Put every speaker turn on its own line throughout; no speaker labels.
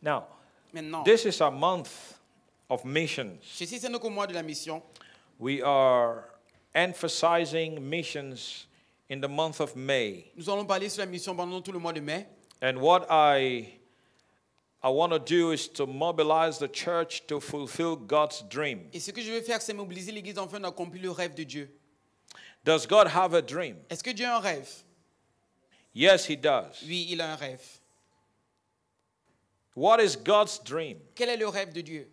Now,
Maintenant,
this is a month of missions.
ceci c'est notre mois de la mission.
We are emphasizing missions in the month of May.
Nous allons parler sur la mission pendant tout le mois de mai.
And what I I want to do is to mobilize the church to fulfill God's dream.
Et ce que je veux faire, c'est mobiliser l'Église afin d'accomplir le rêve de Dieu.
Does God have a dream?
Est-ce que Dieu a un rêve
Yes, he does.
Oui, il a un rêve.
What is God's dream?
Quel est le rêve de Dieu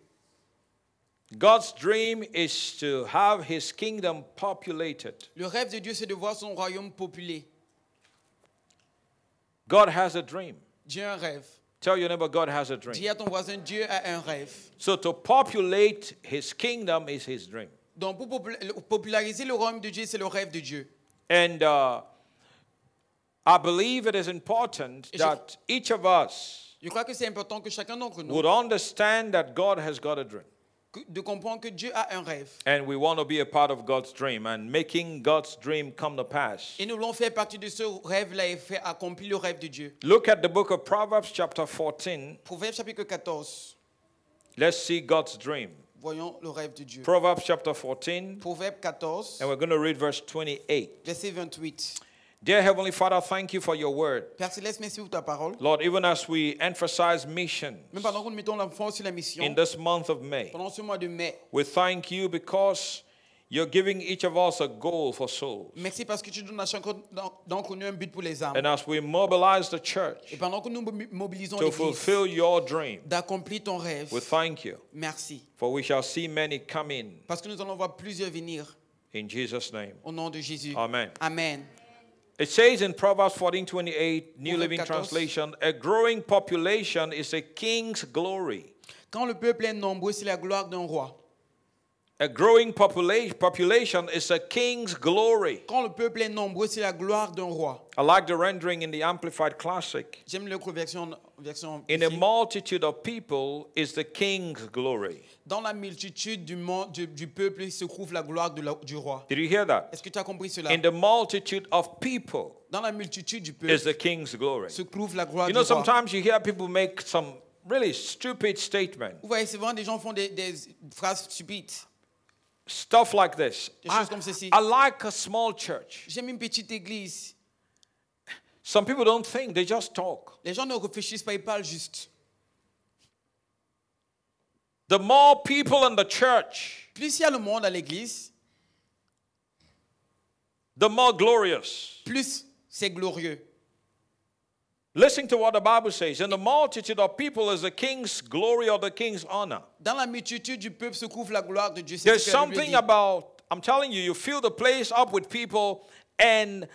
God's dream is to have his kingdom populated.
Le rêve de Dieu, c'est de voir son royaume populé.
God has a dream.
Dieu a un rêve.
Tell your neighbor God has a dream.
Dis à ton voisin, Dieu a un rêve.
So to populate his kingdom is his dream.
Donc, pour popula- le- populariser le royaume de Dieu, c'est le rêve de Dieu.
And uh, I believe it is important
Is it-
that each of us
Je crois que c'est important que chacun d'entre nous,
would understand that God has got a dream.
que- de comprendre que Dieu a un rêve.
And we want to be a part of God's dream and making God's dream come to pass.
Et nous voulons faire partie de ce rêve-là et faire accomplir le rêve de Dieu.
Look at the book of Proverbs, chapter 14.
Proverbe chapitre 14.
Let's see God's dream.
Voyons le rêve de Dieu.
Proverbs, chapter 14,
Proverbe 14,
and we're going to read verse 28.
verset 28.
Dear Heavenly Father, thank you for your word.
Père Céleste, merci pour ta parole.
Lord, even as we emphasize mission
Même pendant que nous mettons l'enfant sur la mission,
in this month of May,
pendant ce mois de mai,
we thank you because you're giving each of us a goal for souls.
merci parce que tu donnes à chacun d'en- d'entre nous un but pour les âmes.
And as we mobilize the
Et
church
pendant que nous mo- mobilisons
to
l'Église
fulfill your dream,
d'accomplir ton rêve,
we thank you.
merci.
For we shall see many come in.
Parce que nous allons voir plusieurs venir
In Jesus' name.
au nom de Jésus.
Amen.
Amen.
It says in Proverbs 14:28, New
Proverbe
Living
14.
Translation, a growing population is a king's glory.
Quand le peuple est nombreux, c'est la gloire d'un roi.
A growing popula- population is a king's glory.
Quand le peuple est nombreux, c'est la gloire d'un roi.
I like the rendering in the Amplified Classic.
J'aime le version. version
In a
ici.
multitude of people is the king's glory.
Dans la multitude du, monde, du, du peuple se trouve la gloire de la- du roi.
Did you hear that?
Est-ce que tu as compris cela
In the multitude of people
Dans la multitude du peuple
is the king's glory.
se trouve la gloire
You know,
du roi.
sometimes you hear people make some really stupid statements.
Vous voyez, souvent des gens font des, des phrases stupides.
stuff like this.
Des
I,
choses comme ceci.
I like a small church.
J'aime une petite église.
Some people don't think, they just talk.
Les gens ne réfléchissent pas, ils parlent juste.
The more people in the church,
Plus il y a le monde à l'église,
the more glorious.
plus c'est glorieux.
Listen to what the Bible says. In the multitude of people is the king's glory or the king's honor.
Dans la multitude du peuple se trouve la gloire de Dieu. C'est
There's
ce que la Bible
something
dit.
about, I'm telling you, you fill the place up with people and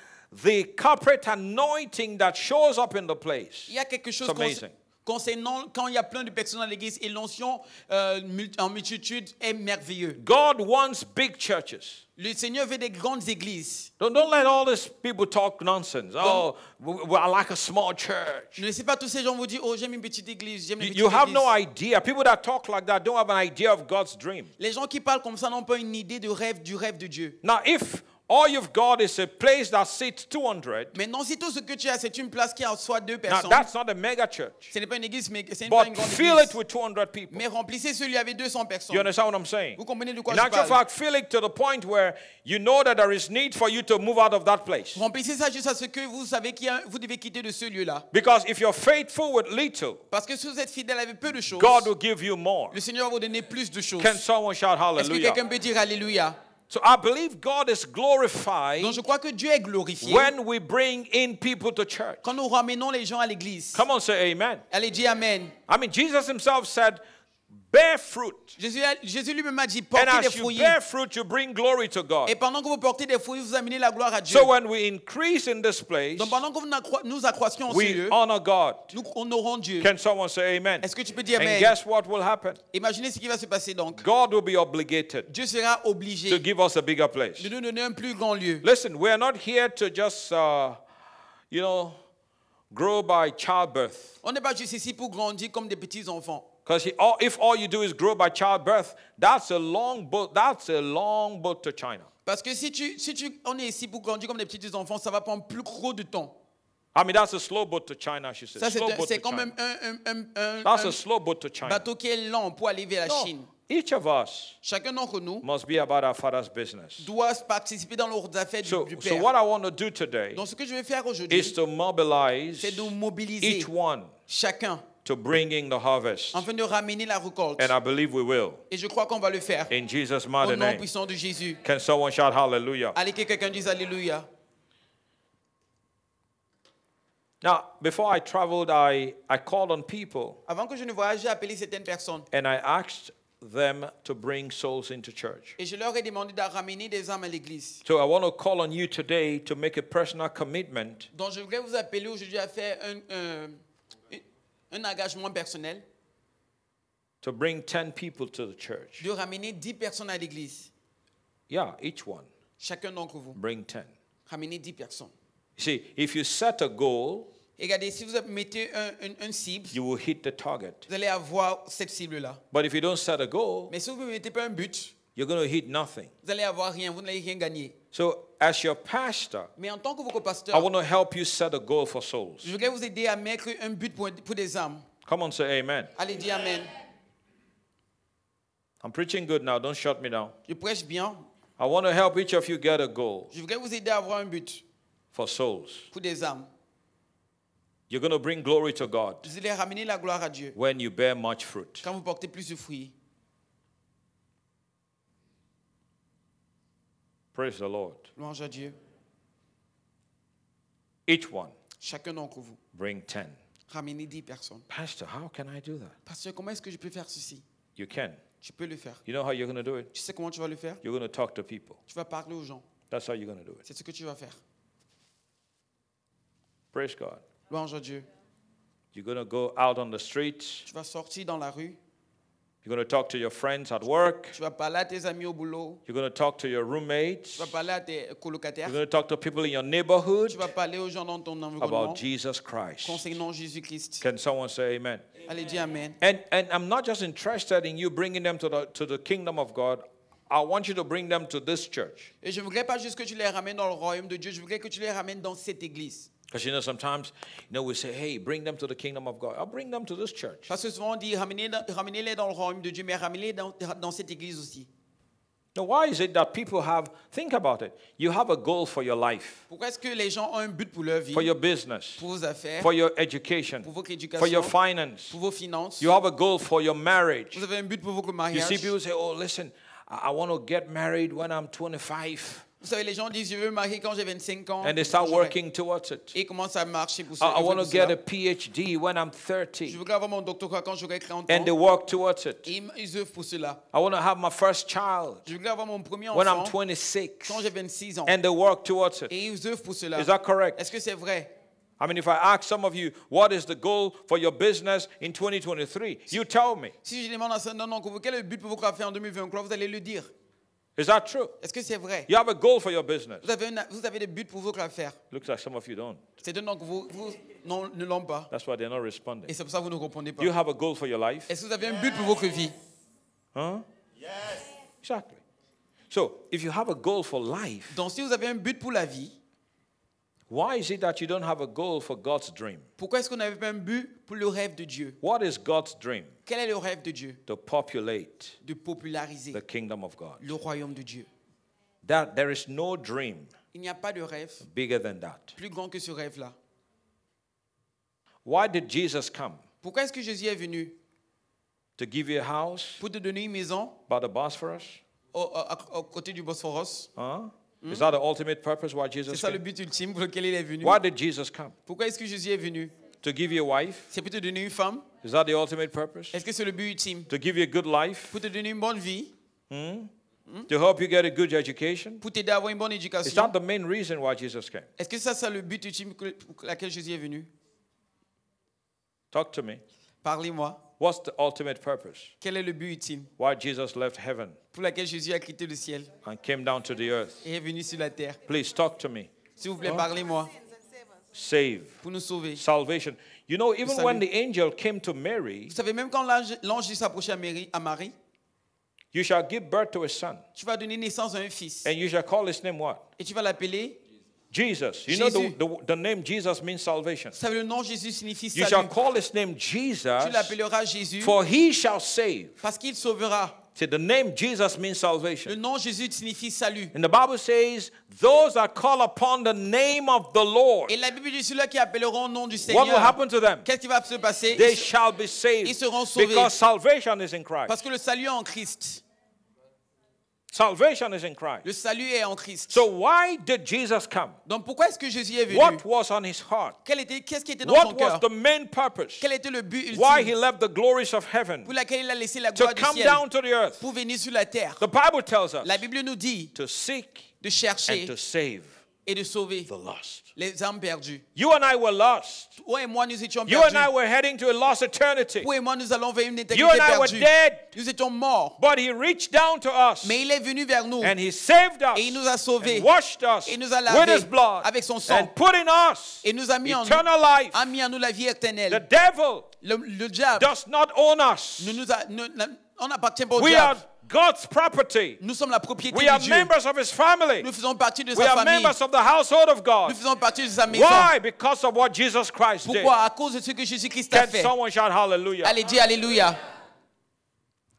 the corporate anointing that shows up in the place.
Il y a quelque chose
It's
qu'on-
amazing.
concernant quand il y a plein de personnes à l'église et l'onction euh, mul- en multitude est merveilleux.
God wants big churches.
Le Seigneur veut des grandes églises.
Don't, don't let all these people talk nonsense. Oh, w- w- I like a small church.
Ne laissez pas tous ces gens vous dire, oh j'aime une petite église, j'aime une
You,
petite
you have
église.
no idea. People that talk like that don't have an idea of God's dream.
Les gens qui parlent comme ça n'ont pas une idée de rêve du rêve de Dieu.
Now, if all you've got is a place that seats 200,
Maintenant, si tout ce que tu as, c'est une place qui a soit deux
now
personnes,
that's not a mega church.
ce n'est pas une église, mais c'est pas une
But
grande
fill
église.
it with 200 people.
Mais remplissez celui avec 200
You
personnes.
understand what I'm saying?
Vous comprenez de quoi
In
je
actual
parle
fact, fill it to the point where you know that there is need for you to move out of that place.
Remplissez ça juste à ce que vous savez qu'il y a- vous devez quitter de ce lieu-là.
Because if you're faithful with little,
Parce que si vous êtes fidèle avec peu de choses,
God will give you more.
le Seigneur va vous donner plus de choses.
Can someone shout
Est-ce que
hallelujah?
quelqu'un peut dire Alléluia
So I believe God is glorified
Donc je crois que Dieu est glorifié
when we bring in people to church.
quand nous ramenons les gens à l'église.
Come on, say amen.
Allez, dis Amen.
I mean, Jesus himself said, bear fruit.
Jésus, Jésus lui-même a dit,
And
portez des
as you
fruits.
bear fruit, you bring glory to God.
Et pendant que vous portez des fruits, vous amenez la gloire à Dieu.
So when we increase in this place,
Donc pendant que vous n'accro- nous accroissions en ce
we
lieu,
honor God.
nous honorons Dieu.
Can someone say amen?
Est-ce que tu peux dire
And
Amen
guess what will happen?
Imaginez ce qui va se passer donc.
God will be obligated
Dieu sera
to
obligé
give us a bigger
de
place.
nous donner un plus grand lieu.
Listen, we are not here to just, uh, you know, grow by childbirth.
On n'est pas juste ici pour grandir comme des petits enfants.
Because if all you do is grow by childbirth, that's a long boat. That's a long boat to China.
Parce que si tu, si tu, on est ici pour grandir comme des petits enfants, ça va prendre plus gros de temps.
I mean, that's a slow boat to China, she said.
Ça, c'est
slow
un-
boat
c'est
to
quand
China.
même un, un- un- un-
That's
un
a slow boat to China.
bateau qui est lent pour aller vers la
No,
Chine.
each of us
Chacun d'entre nous
must be about our Father's business.
doit participer dans leurs affaires du-
So,
du
so
Père.
what I want to do today
Donc, ce que je vais faire aujourd'hui,
is to mobilize
c'est de nous mobiliser
each one
chacun
to bring in the harvest.
afin de ramener la récolte.
And I believe we will.
Et je crois qu'on va le faire
In Jesus'
au
mighty
nom
name.
puissant de Jésus.
Can someone shout hallelujah?
Allez, que quelqu'un dise Alléluia.
Now, before I traveled, I, I called on people
Avant que je ne voyage, j'ai appelé certaines personnes
and I asked them to bring souls into church.
et je leur ai demandé de ramener des âmes à l'église.
So I want to call on you today to make a personal commitment
Donc, je voudrais vous appeler aujourd'hui à faire un, euh, un engagement personnel
to bring 10 people to the church.
de ramener 10 personnes à l'église.
Yeah, each one.
Chacun d'entre vous,
Bring 10.
ramenez 10 personnes.
You see, if you set a goal,
Et regardez, si vous mettez un, un- un cible,
you will hit the target.
vous allez avoir cette cible-là.
But if you don't set a goal,
Mais si vous ne mettez pas un but,
you're going to hit nothing.
vous allez avoir rien, vous n'allez rien gagner.
So, as your pastor,
Mais en tant que vos
I
pasteur,
want to help you set a goal for
je
souls.
voudrais vous aider à mettre un but pour, pour des âmes.
Come on, say amen.
Allez, dis Amen.
I'm preaching good now. Don't shut me down.
Je prêche bien.
I want to help each of you get a goal
Je voudrais vous aider à avoir un but
for souls.
pour des âmes.
You're going to bring glory to God
Vous allez ramener la gloire à Dieu
when you bear much fruit.
quand vous portez plus de fruits.
Praise the Lord.
Louange à Dieu.
Each one,
Chacun d'entre vous,
bring 10.
ramenez 10 personnes.
Pastor, how can I do that?
Pasteur, comment est-ce que je peux faire ceci
You can.
Tu peux le faire.
You know how you're going to do it?
Tu sais comment tu vas le faire
You're going to talk to people.
Tu vas parler aux gens.
That's how you're going to do it.
C'est ce que tu vas faire.
Praise God.
Louange à Dieu.
You're going to go out on the streets.
Tu vas sortir dans la rue.
You're going to talk to your friends at work.
Tu vas parler à tes amis au boulot.
You're going to talk to your
Tu
roommates.
vas
You're
parler à tes colocataires.
going to talk to people in your neighborhood
Tu vas parler aux gens dans ton environnement
about Jesus Christ.
concernant Jésus-Christ.
Can someone say amen?
Allez, dis Amen.
And, and I'm not just interested in you bringing them to the, to the kingdom of God. I want you to bring them to this church.
Et je ne voudrais pas juste que tu les ramènes dans le royaume de Dieu, je voudrais que tu les ramènes dans cette église.
Because you know, sometimes you know we say, "Hey, bring them to the kingdom of God." I'll bring them to this church.
Parce que souvent on dit ramenez- ramenez-les dans le royaume de Dieu, mais ramenez-les dans, dans cette église aussi.
Now, why is it that people have? Think about it. You have a goal for your life,
Pourquoi est-ce que les gens ont un but pour leur vie,
for your business,
pour vos affaires,
for your education,
pour votre
for your
éducation,
finance.
pour vos finances
You have a goal for your marriage.
Vous avez un but pour votre
You
mariage.
see, people say, "Oh, listen, I, I want to get married when I'm 25,"
Vous savez, les gens disent je veux me marier quand j'ai 25 ans.
and they start
J'aurai-
working towards it.
Et ils commencent à marcher pour
I,
ça.
I
ils veulent
want to
pour
get
cela.
a PhD when I'm
Je
30,
voudrais avoir mon doctorat quand j'aurai 30 ans.
and they work towards it.
Et ils- ils œuvrent pour cela.
I want to have my first child
Je voudrais avoir mon premier
when I'm
enfant quand
26,
j'ai 26 ans.
and they work towards it.
Et ils œuvrent pour cela.
Is that correct?
Est-ce que c'est vrai?
I mean, if I ask some of you, what is the goal for your business in 2023? You tell me.
Si je demande à ça, non, non, que vous- quel est le but pour votre affaire en 2023, vous allez le dire.
Is that true?
Est-ce que c'est vrai?
You have a goal for your business.
Vous avez, une- vous avez des buts pour votre affaire.
Looks like some of you don't.
C'est donc que vous, vous non, ne l'ont pas.
That's why they're not
Et
responding.
c'est pour ça que vous ne répondez pas.
You have a goal for your life?
Est-ce que vous avez un but pour votre vie?
Huh? Yes. Exactly. So, if you have a goal for life,
Donc, si vous avez un but pour la vie,
why is it that you don't have a goal for God's dream?
pourquoi est-ce qu'on n'avait pas un but pour le rêve de Dieu?
What is God's dream?
Quel est le rêve de Dieu?
To populate
De populariser
the kingdom of God.
le royaume de Dieu.
That there is no dream
Il n'y a pas de rêve
bigger than that.
plus grand que ce rêve-là.
Why did Jesus come?
Pourquoi est-ce que Jésus est venu?
To give you a house
Pour te donner une maison
by the Bosphorus?
au, au- à- au côté du Bosphorus.
Huh? Is that the ultimate purpose why
C'est
Jesus
ça le
came?
but ultime pour lequel il est venu.
Why did Jesus come?
Pourquoi est-ce que Jésus est venu
To give you a wife?
C'est pour te donner une femme.
Is that the ultimate purpose?
Est-ce que c'est le but ultime
To give you a good life?
Pour te donner une bonne vie
To help you get a good education?
Pour t'aider à avoir une bonne
Is
éducation
that the main reason why Jesus came?
Est-ce que ça, c'est le but ultime que- pour laquelle Jésus est venu
Talk to me.
Parlez-moi.
What's the ultimate purpose?
Quel est le but ultime
Why Jesus left heaven
pour laquelle Jésus a quitté le ciel
and came down to the earth?
et est venu sur la terre
Please talk to me.
S'il vous
Oh.
plaît, parlez-moi
Save.
pour nous sauver.
Salvation. You know, even
salut.
when the angel came to Mary,
Vous savez, même quand l'ange l'ange Jésus s'approchait à Marie, à Marie,
you shall give birth to a son,
tu vas donner naissance à un fils
and you shall call his name what?
et tu vas l'appeler
Jesus. You know the,
Jésus.
the, the name Jesus means salvation.
savez, le nom Jésus signifie
You shall
salut.
call his name
Tu
Jesus,
l'appelleras Jésus
for he shall save.
parce qu'il sauvera.
See, the name Jesus means
Le
salvation.
nom Jésus signifie salut.
And the Bible says, those that call upon the name of the Lord,
Et la Bible dit ceux-là qui appelleront au nom du
what will
Seigneur,
happen to them?
qu'est-ce qui va se passer
They
Ils se-
shall be
ils
saved
seront sauvés.
because salvation is in Christ.
Parce que le salut est en Christ.
Salvation is in Christ.
Le salut est en Christ.
So why did Jesus come?
Donc pourquoi est-ce que Jésus est venu
What was on his heart?
Quel était- Qu'est-ce qui était dans son
What was
cœur
the main purpose?
Quel était le but
Why he
ultime
left the glories of heaven
pour laquelle il a laissé la
to
gloire du
come
ciel
down to the earth?
pour venir sur la terre
The Bible tells us
La Bible nous dit
to seek
de
and
chercher
to save
et de sauver
the lost.
les âmes perdues.
You and I were lost.
Toi et moi, nous étions
You and I
perdus.
were heading to a lost eternity.
Toi et moi, nous allons vers une
You
éternité
and I were
perdue.
dead,
Nous étions morts.
but he reached down to us
Mais il est venu vers nous.
and he saved us
Et il nous a sauvés.
and washed us
Il nous a
with his
lavés
blood
avec son sang.
and put in us
Et nous a mis en nous,
eternal life.
a mis en nous la vie
The
éternelle.
devil
Le, le diable,
does not own us.
nous, nous a- nous- nous- on n'appartient pas au
We are
diable.
God's property.
Nous sommes la propriété
We are
de Dieu.
members of his family.
Nous faisons partie de
We
sa
are
famille.
members of the household of
Nous
God.
faisons partie de sa maison.
Why? Because of what Jesus Christ did.
Pourquoi À cause de ce que Jésus-Christ a
Can
fait.
someone shout hallelujah?
Allez, dis Alléluia.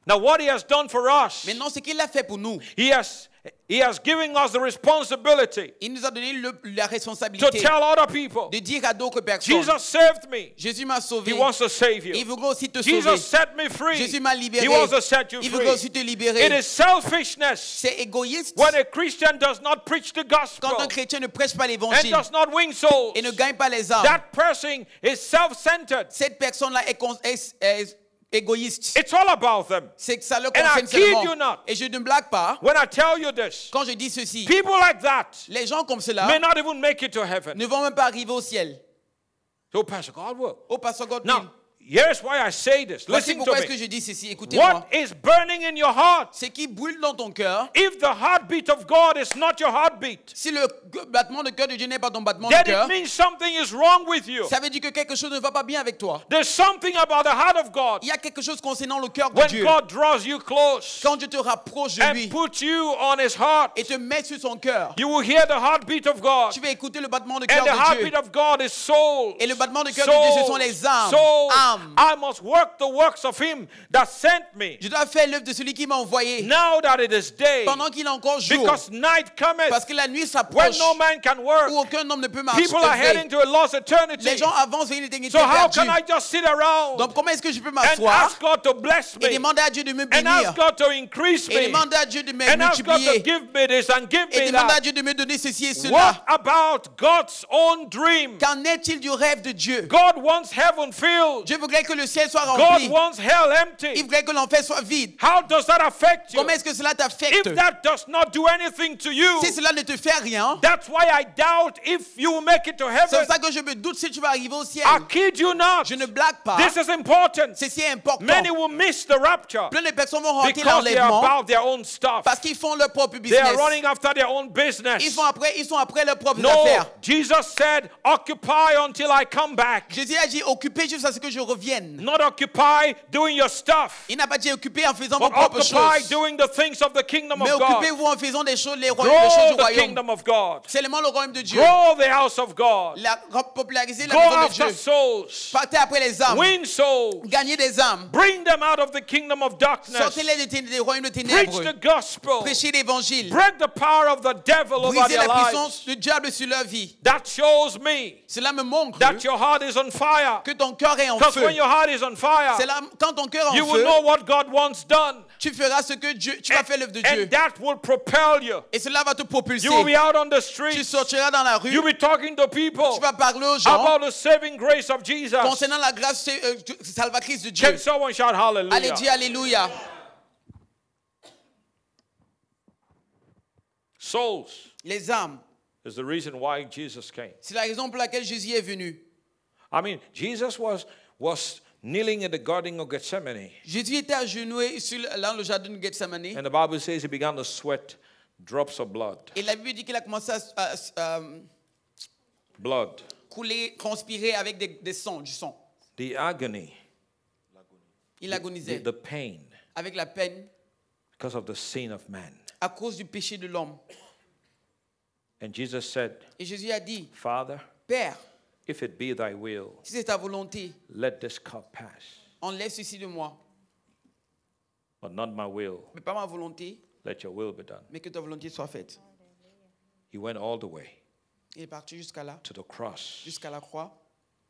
Now, what he has done for us,
Maintenant, ce qu'il a fait pour nous,
he has, he has given us the responsibility
il nous a donné le- la
to
responsabilité
tell other people
de dire à d'autres personnes
Jesus saved me.
Jésus m'a
He
sauvé.
wants to save
Il
you.
veut aussi te sauver.
Jesus set me free.
Jésus m'a libéré.
He wants to set you
Il veut aussi
free.
te
It
libérer.
is selfishness
C'est égoïste
when a Christian does not preach the
quand
gospel
un chrétien ne prêche pas
and
l'évangile
does not win souls.
et ne gagne pas les âmes.
That person is self centered.
Cette personne-là est, con- est- est égoïste.
It's all about them.
C'est que ça le
I
concerne
kid
seulement.
you not.
Et je ne blague pas
When I tell you this,
quand je dis ceci.
people like that
Les gens comme
may
cela
not even make it to heaven.
ne vont même pas arriver au ciel.
So, Pastor God will.
Au pasteur Godwin,
Now, here's why I say this.
voici
Listen to
pourquoi est-ce que
me.
je dis ceci. Écoutez-moi.
What is burning in your heart?
Ce qui brûle dans ton cœur,
If the heartbeat of God is not your heartbeat,
si le gue- battement de cœur de Dieu n'est pas ton battement de
then it
cœur,
means something is wrong with you.
ça veut dire que quelque chose ne va pas bien avec toi.
There's something about the heart of God.
Il y a quelque chose concernant le cœur de
When
Dieu.
God draws you close
Quand Dieu te rapproche de
and
lui
puts you on his heart,
et te met sur son cœur,
you will hear the heartbeat of God.
tu vas écouter le battement de cœur
And the
de Dieu.
heartbeat of God is soul.
Et le battement de cœur de Dieu, ce sont les âmes. Âmes.
I must work the works of him that sent me.
Je dois faire l'œuvre de celui qui m'a envoyé
Now that it is day,
pendant qu'il est encore jour.
because night
Parce
cometh
que la nuit
when
s'approche
no man can work.
où aucun homme ne peut marcher.
People are heading to a lost
Les
eternity.
gens avancent vers une éternité
So how
perdue.
can I just sit around
Donc comment est-ce que je peux
and
m'asseoir
ask God to bless
et
me
demander à Dieu de me
and ask
bénir
God to increase
et
me
demander à Dieu de me
and ask God to
multiplier
give me this and give
et
me
demander à
that?
Dieu de me donner ceci
What
et cela
about God's own dream?
Qu'en est-il du rêve de Dieu
God wants heaven filled.
Dieu voudrait que le ciel soit
God
rempli.
wants hell
Il
empty.
voudrait que l'enfer soit vide.
How does that affect you?
Comment est-ce que cela t'affecte
If that does not do anything to you,
Si cela ne te fait rien,
that's why I doubt if you will make it to
c'est
heaven.
pour ça que je me doute si tu vas arriver au ciel.
I kid you not.
Je ne blague pas.
This is important.
Ceci est important.
Many will miss the rapture
Plein de personnes vont rater
because they are
l'enlèvement
about their own stuff.
parce qu'ils font leur propre
They are
business.
running after their own
Ils,
business.
font après, ils sont après leurs propres
No,
affaires.
Jesus said, occupy until I come back.
Jésus a dit occupez jusqu'à ce que je revienne.
Not occupy doing your stuff,
Il n'a pas dit occupez en faisant vos
but
propres
occupy
choses.
doing the things of the kingdom
Mais
of God.
occupez-vous en faisant des choses, les roya- les choses
Grow
du
the
royaume.
kingdom of God.
Seulement le royaume de Dieu.
Grow the house of God.
La, populariser la
Go
maison de Dieu.
after souls.
Partez après les âmes.
Win souls.
Gagnez des âmes.
Bring them out of the kingdom of darkness.
Sortez-les des, tén- des royaumes de
Preach the
ténèbres.
gospel.
Prêchez l'évangile.
Break the power of the devil over
Brisez
their
la
lives.
puissance du diable sur leur vie.
That shows me
Cela me montre
that your heart is on fire.
que ton cœur est en
Because
feu.
when your heart is on fire,
Cela, quand ton cœur est
you
en
will
feu,
know what God wants done.
tu feras ce que Dieu, tu vas
And,
faire l'œuvre de Dieu.
and that will propel you.
Et cela va te propulser.
You will be out on the
Tu
streets.
sortiras dans la rue.
You'll be talking to people
Tu vas parler aux gens
about the saving grace of Jesus.
concernant la grâce euh, salvatrice de
Can
Dieu.
someone shout
Allez,
hallelujah?
dis Alléluia.
Souls
Les âmes.
is the reason why Jesus came.
C'est la raison pour laquelle Jésus est venu.
I mean, Jesus was was kneeling in the garden of Gethsemane,
Jésus était agenoué sur le- dans le jardin de Gethsemane.
and the Bible says he began to sweat drops of blood.
Et la Bible dit qu'il a commencé à, à- à euh,
Blood.
couler, transpirer avec des, des sangs, du sang.
The agony,
Il
the,
agonisait
the pain
avec la peine
because of the sin of man.
à cause du péché de l'homme.
And Jesus said,
Et Jésus a dit,
Father,
Père,
if it be thy will,
si c'est ta volonté,
let this cup pass.
enlève ceci de moi.
But not my will,
Mais pas ma volonté,
let your will be done.
mais que ta volonté soit faite.
He went all the way
Il est parti jusqu'à là,
to the cross
jusqu'à la croix.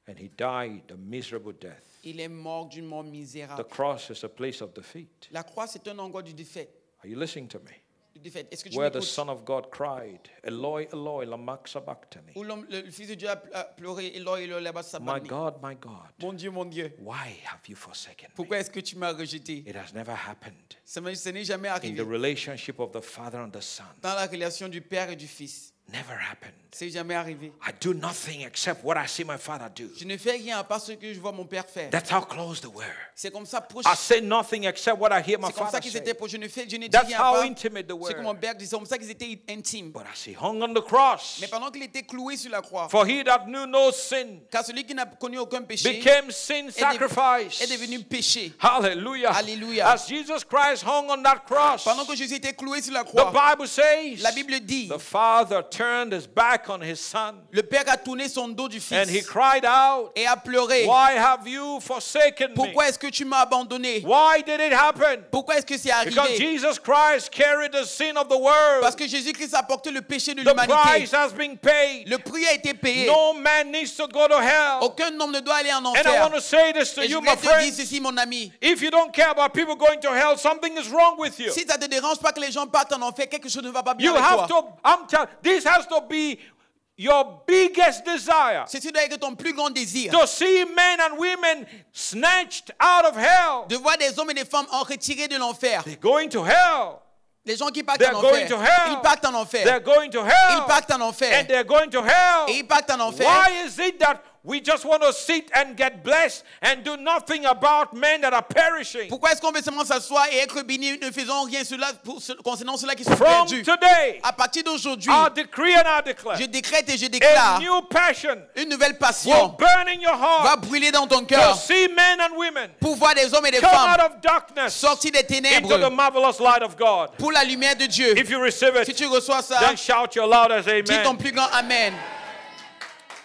and he died a miserable death.
Il est mort d'une mort
The
misérable.
cross is a place of defeat.
La croix, c'est un endroit de défaite.
Are you listening to me?
De défaite. Est-ce que tu
Where the
m'écoutes
Son of God cried, Eloi, Eloi, lama sabachthani.
Où l'homme- le, le Fils de Dieu a, pl- a pleuré, et l'or et l'or là-bas
My God, my God,
Mon Dieu, mon Dieu,
why have you forsaken me?
pourquoi est-ce que tu m'as rejeté
It has never happened
Ça m'a- Ce n'est jamais
in
arrivé.
the relationship of the Father and the Son.
Dans la relation du Père et du Fils,
Never happened.
c'est jamais arrivé.
I do nothing except what I see my Father do.
Je ne fais rien à part ce que je vois mon Père faire.
That's Ah, how close they were.
C'est comme ça proche.
I say nothing except what I hear my
C'est comme ça
Father
qu'ils
say.
étaient proches. Je ne fais, je ne dis
That's
rien
how
à part.
intimate they were.
C'est comme mon Père disait. C'est comme ça qu'ils étaient intimes.
But as he hung on the cross,
Mais pendant qu'il était cloué sur la croix,
for he that knew no sin
car celui qui n'a connu aucun péché est,
became sin
dev-
sacrifice.
est devenu péché.
Hallelujah.
Hallelujah.
As Jesus Christ hung on that cross,
Pendant que Jésus était cloué sur la
the
croix,
Bible says
la Bible dit
the Father turned his back on his son
le Père a tourné son dos du
and he
Fils
cried out,
et a pleuré.
Why have you forsaken me?
Pourquoi est-ce que tu m'as abandonné
Why did it happen?
Pourquoi est-ce que c'est
Because
arrivé
Jesus Christ carried the sin of the world.
Parce que Jésus-Christ a porté le péché de
The
l'humanité.
price has been paid.
Le prix a été payé.
No man needs to go to hell.
Aucun homme ne doit aller en
And I
enfer.
want to say this
Et
to
je
you,
voulais
my
te dire
friend.
ceci, mon ami.
If you don't care about people going to hell, something is wrong with you.
Si ça te dérange pas que les gens partent en enfer, quelque chose ne va pas bien
You
avec
have
toi.
to, I'm telling this has to be your biggest desire
Ceci doit être ton plus grand désir.
to see men and women snatched out of hell.
De voir des hommes et des femmes en retirés de l'enfer.
They're going to hell.
Les gens qui partent
They're
en
going
enfer.
to hell.
Ils partent en
They're
enfer.
going to
Ils
hell.
partent en enfer.
And they're going to hell.
Et ils partent en enfer.
Why is it that we just want to sit and get blessed and do nothing about men that are perishing?
Pourquoi est-ce qu'on veut seulement s'asseoir et être béni Ne faisons rien cela pour, ce- concernant ceux-là qui sont
From
perdus.
today,
À partir d'aujourd'hui,
I decree and I
je
declare
décrète et je
a
déclare
new passion
une nouvelle
will
passion
burn in your
va
heart
brûler dans ton
to
cœur
see men and women
pour voir des hommes et des
come out
femmes
of darkness
sortis des
into the
ténèbres
marvelous light of God.
pour la lumière de Dieu.
If you receive
Si
it,
tu reçois ça,
then shout your loudest
dis ton
amen.
plus grand Amen.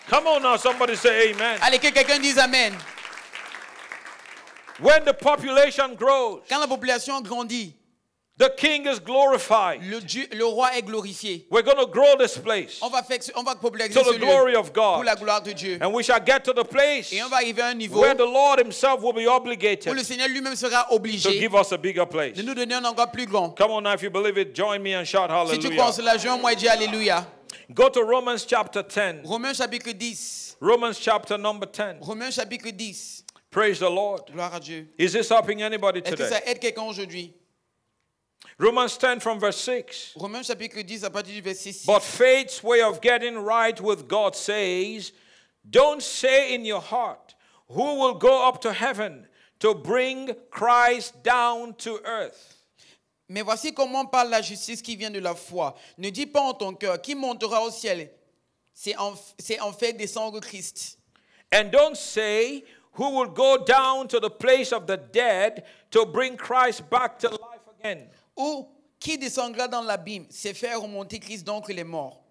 Come on now, somebody say amen.
Allez, que quelqu'un dise Amen.
When the population grows,
Quand la population grandit,
the king is glorified.
le, Dieu, le roi est glorifié.
We're going to grow this place
On va, faire, on va populariser
to
ce
the
lieu
glory of
pour la
God.
gloire de Dieu.
And we shall get to the place
Et on va arriver à un niveau
where the Lord Himself will be
où le
obligated
Seigneur lui-même sera
to
obligé
give us a bigger
de
place.
nous donner un encore plus grand.
Come on now, if you believe it, join me and shout
Si tu crois en
hallelujah.
cela, joins-moi et dis Alléluia.
Go to Romans chapter 10.
Romains chapitre 10.
Romans chapter number 10.
Romains chapitre 10.
Praise the Lord.
Gloire à Dieu.
Is this helping anybody
Est-ce que
today?
ça aide quelqu'un aujourd'hui
Romans 10 from verse 6.
Romains chapitre 10 à partir du verset 6.
But faith's way of getting right with God says, Don't say in your heart, Who will go up to heaven to bring Christ down to earth?
Mais voici comment parle la justice qui vient de la foi. Ne dis pas en ton cœur qui montera au ciel. C'est en, c'est en fait descendre Christ.
And don't say, Who will go down to the place of the dead to bring Christ back to life again?
Ou qui descendra dans l'abîme, c'est faire remonter Christ donc les morts.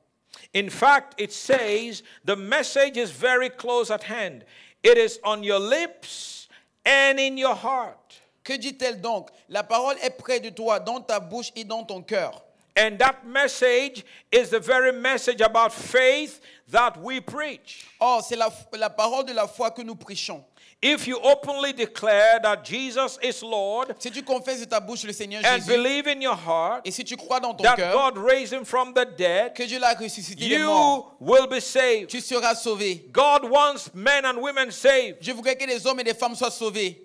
In fact, it says the message is very close at hand. It is on your lips and in your heart.
Que dit-elle donc La parole est près de toi, dans ta bouche et dans ton cœur.
And that message is the very message about faith that we preach.
Or, c'est la, la parole de la foi que nous prêchons.
If you openly declare that Jesus is Lord
Si tu confesses de ta bouche le Seigneur
and
Jésus,
believe in your heart
et si tu crois dans ton
that
cœur
God raised him from the dead,
que Dieu l'a ressuscité des morts,
you will be saved.
tu seras sauvé.
God wants men and women saved,
Je voudrais que les hommes et les femmes soient sauvés,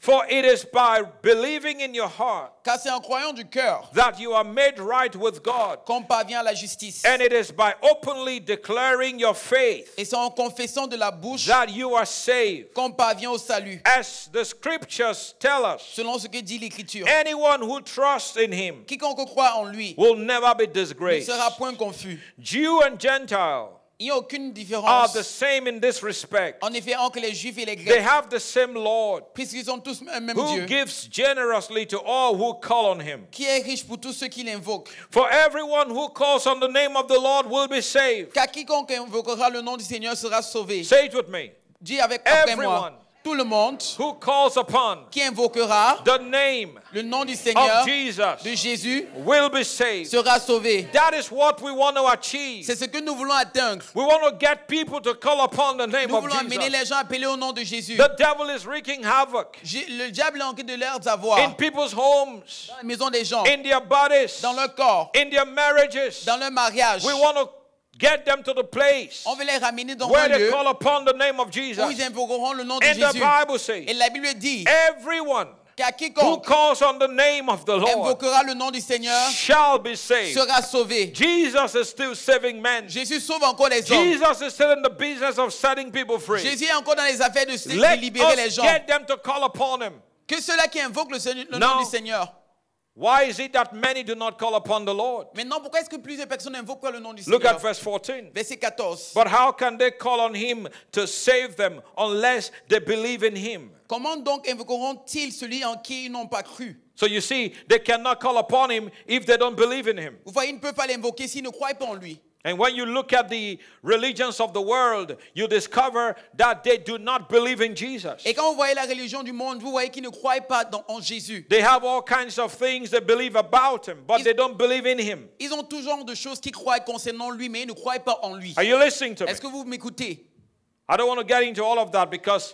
for it is by believing in your heart
car c'est en croyant du cœur
that you are made right with God.
qu'on parvient à la justice.
And it is by openly declaring your faith
Et c'est en confessant de la bouche
that you are saved.
qu'on parvient au salut,
As the scriptures tell us,
selon ce que dit l'Écriture.
anyone who trusts in him
Quiconque croit en lui
will never be
ne
disgraced.
sera point confus.
Jew and Gentile,
Il n'y a aucune
are
différence.
the same in this respect.
En effet, entre les Juifs et les
They
Grecs,
have the same Lord
puisqu'ils ont tous un même
who
Dieu,
gives generously to all who call on him.
qui est riche pour tous ceux qui l'invoquent.
For everyone who calls on the name of the Lord will be saved.
Car quiconque invoquera le nom du Seigneur sera sauvé.
Say it with me.
Dis avec après
Everyone.
moi, tout le monde
Who calls upon
qui invoquera
the name
le nom du
of
Seigneur,
Jesus
de Jésus,
will be saved.
sera sauvé.
That is what we want to achieve.
C'est ce que nous voulons atteindre.
We want to get people to call upon the name
Nous
of
voulons amener
Jesus.
les gens à appeler au nom de Jésus.
The devil is wreaking havoc
J'ai- Le diable est en train de leur
in
avoir
people's homes,
dans la maison des gens,
in their bodies,
dans leur corps,
in their marriages.
dans leur mariage.
We want to get them to the place
On veut les ramener dans un
where they
lieu
call upon the name of
où ils
Jesus.
invoqueront le nom de
And the
Jésus.
Bible
Et
says,
la Bible dit
everyone
qu'à
who
quiconque
calls on the name of the Lord
invoquera le nom du Seigneur
shall be saved.
sera sauvé.
Jesus is still saving men.
Jésus sauve encore les hommes.
Jesus is still in the business of setting people free.
Jésus est encore dans les affaires de, de
Let
libérer les
us
gens.
get them to call upon him.
Que ceux-là qui invoquent le, Seigneur- le
Non.
nom du Seigneur.
Why is it that many do not call upon the Lord?
Maintenant, pourquoi est-ce que plusieurs personnes invoquent le nom du
Look at
Seigneur
verse 14.
Verset 14.
But how can they call on him to save them unless they believe in him?
Comment donc invoqueront-ils celui en qui ils n'ont pas cru
So you see, they cannot call upon him if they don't believe in him.
Vous voyez, ils ne peuvent pas l'invoquer s'ils ne croient pas en lui.
And when you look at the religions of the world, you discover that they do not believe in Jesus.
Et quand vous voyez la religion du monde, vous voyez qu'ils ne croient pas dans- en Jésus.
They have all kinds of things they believe about him, but they don't believe in him.
Ils ont tout genre de choses qu'ils croient concernant lui, mais ils ne croient pas en lui.
Are you listening to me?
Est-ce que vous m'écoutez
I don't want to get into all of that because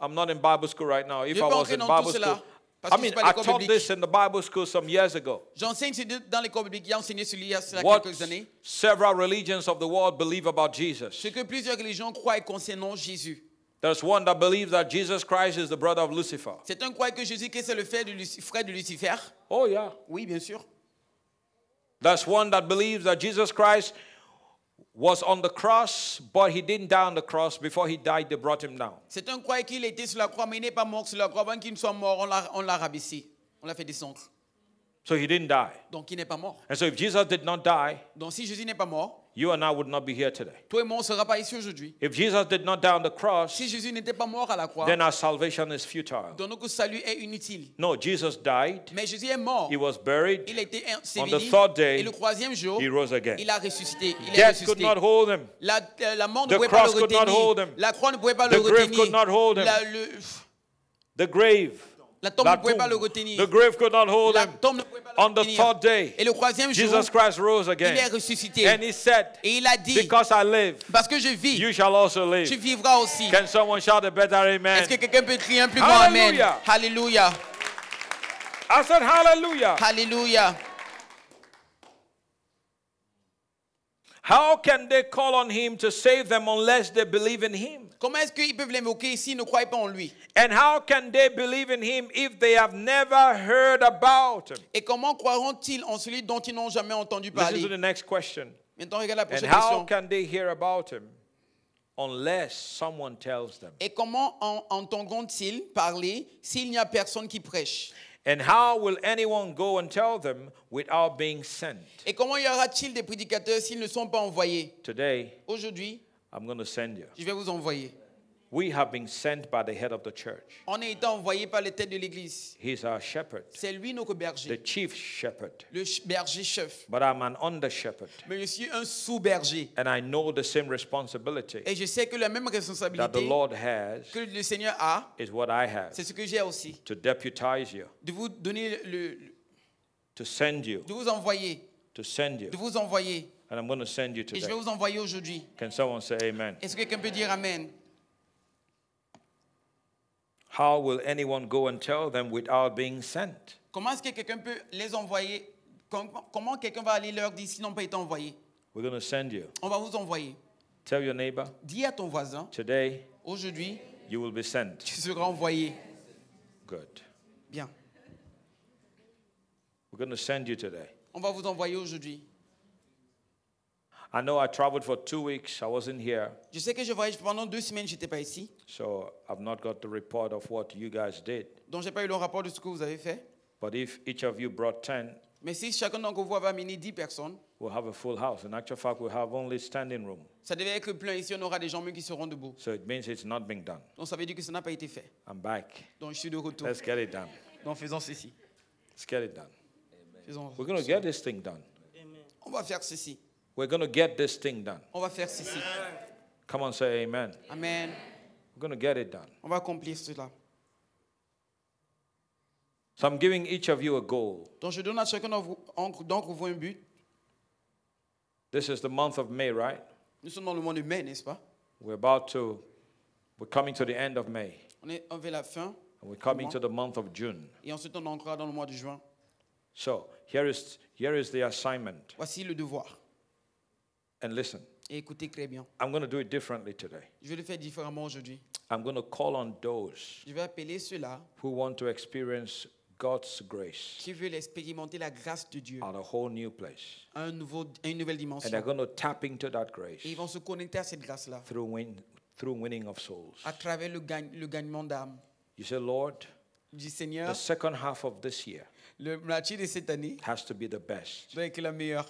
I'm not in Bible school right now. If
Je
I
peux
was
entrer
in
dans
Bible
tout cela,
school,
parce
I
que
mean,
c'est pas
I
l'école
taught
biblique.
this in the Bible school some years ago.
J'enseigne ce- dans l'école biblique, j'ai enseigné celui-là il y a
What
quelques années.
several religions of the world believe about Jesus.
Ce que plusieurs religions croient concernant Jésus.
There's one that believes that Jesus Christ is the brother of Lucifer.
Certains croient que Jésus-Christ est le frère de, Luci- frère de Lucifer.
Oh, yeah.
Oui, bien sûr.
There's one that believes that Jesus Christ was on the cross, but he didn't die on the cross. Before he died, they brought him down.
Certains croient qu'il était sur la croix, mais il n'est pas mort sur la croix. Avant qu'il ne soit mort, on l'a- on l'a rabaissé. On l'a fait descendre.
So he didn't die.
Donc il n'est pas mort.
And so if Jesus did not die,
Donc si Jésus n'est pas mort,
you and I would not be here today.
toi et moi, on ne sera pas ici aujourd'hui.
If Jesus did not die on the cross,
Si Jésus n'était pas mort à la croix,
then our salvation is futile.
donc notre salut est inutile.
No, Jesus died,
Mais Jésus est mort.
he was buried,
Il a été
On the
enseveli.
third day,
Et le troisième jour,
he rose again.
il a ressuscité. Il est
Death could
ressuscité.
not hold him.
La, euh, la mort
The
ne pouvait pas le
cross could not hold
retenir.
him.
La croix ne pouvait pas
The
le
grave could
retenir.
not hold him.
La, le-
The grave,
la tombe
la
ne pouvait pas le
tombe, the
retenir.
grave could not hold
La
him.
tombe ne pouvait pas le
On the
retenir.
third day,
Et le troisième jour,
Jesus Christ rose
il est
again.
ressuscité.
And he said,
Et il a dit,
Because I live,
parce que je vis,
you shall also
tu
live.
vivras aussi.
Can someone shout a better
Est-ce que
amen?
quelqu'un peut crier un plus grand Amen
Hallelujah.
Alléluia.
I said, Hallelujah.
Alléluia.
How can they call on him to save them unless they believe in him?
Comment est-ce qu'ils peuvent l'invoquer s'ils ne croient pas en lui
And how can they believe in him if they have never heard about him?
Et comment croiront-ils en celui dont ils n'ont jamais entendu
Listen
parler
to the next question.
Maintenant, regarde la
And
prochaine
how
question.
can they hear about him unless someone tells them?
Et comment en entendront-ils parler s'il n'y a personne qui prêche
And how will anyone go and tell them without being sent?
Et comment y aura-t-il des prédicateurs s'ils ne sont pas envoyés
Today,
Aujourd'hui,
I'm going to send you.
je vais vous envoyer.
We have been sent by the head of the church.
On a été envoyés par les têtes de l'Église.
He's our shepherd,
C'est lui notre
the
berger,
chief shepherd.
le ch- berger chef.
But I'm an under shepherd,
Mais je suis un sous-berger.
and I know the same responsibility
Et je sais que la même
that the
responsabilité
Lord has
que le Seigneur a,
is what I have
c'est ce que j'ai aussi.
to deputize you,
De vous donner le, le-
to send you,
de vous envoyer,
to send you.
de vous envoyer.
And I'm going to send you
Et je vais
today.
vous envoyer aujourd'hui.
Can someone say amen?
Est-ce que quelqu'un peut dire Amen
How will anyone go and tell them without being sent?
Comment est-ce que quelqu'un peut les envoyer Com- Comment quelqu'un va aller leur dire s'ils n'ont pas été envoyés
We're going to send you.
On va vous envoyer.
Tell your neighbor,
Dis à ton voisin,
today
aujourd'hui,
you will be sent.
tu seras envoyé.
Good.
Bien.
We're going to send you today.
On va vous envoyer aujourd'hui.
I know I traveled for two weeks. I wasn't here,
Je sais que je voyage pendant deux semaines, je n'étais pas ici.
so I've not got the report of what you guys did.
Donc, je n'ai pas eu le rapport de ce que vous avez fait.
But if each of you brought 10,
Mais si chacun d'entre vous avait amené 10 personnes,
We'll have a full house. In actual fact, we'll have only standing room.
ça devait être plein. Ici, on aura des gens même qui seront debout.
So it means it's not being done.
Donc ça veut dire que ça n'a pas été fait.
I'm back.
Donc je suis de retour.
Let's get it done.
Donc faisons ceci.
Let's get it done.
Faisons-
We're going to get this thing done.
On va faire ceci.
We're going to get this thing done.
On va faire ceci.
Come on, say amen.
Amen.
We're going to get it done.
On va accomplir cela.
So I'm giving each of you a goal.
Donc je donne à chacun d'entre vous- en- d'entre vous un but.
This is the month of May, right?
Nous sommes dans le mois de mai, n'est-ce pas
We're about to, we're coming to the end of May.
On est vers la fin
And we're coming to the month of June.
et ensuite on est encore dans le mois de juin.
So here is, here is the assignment.
Voici le devoir.
And listen,
Et écoutez très bien.
I'm going to do it differently today.
Je vais le faire différemment aujourd'hui.
I'm going to call on those
Je vais appeler ceux-là
who want to experience God's grace
qui veulent expérimenter la grâce de Dieu
at a whole new place.
à, un nouveau, à une nouvelle
And they're
dimension.
going to tap into that grace
Et ils vont se connecter à cette grâce-là
through, win, through winning of souls.
à travers le, gagne- le gagnement d'âme.
You say, Lord,
Du
the
Seigneur,
second half of this year
le moitié de cette année
has to be the best.
doit être la meilleure.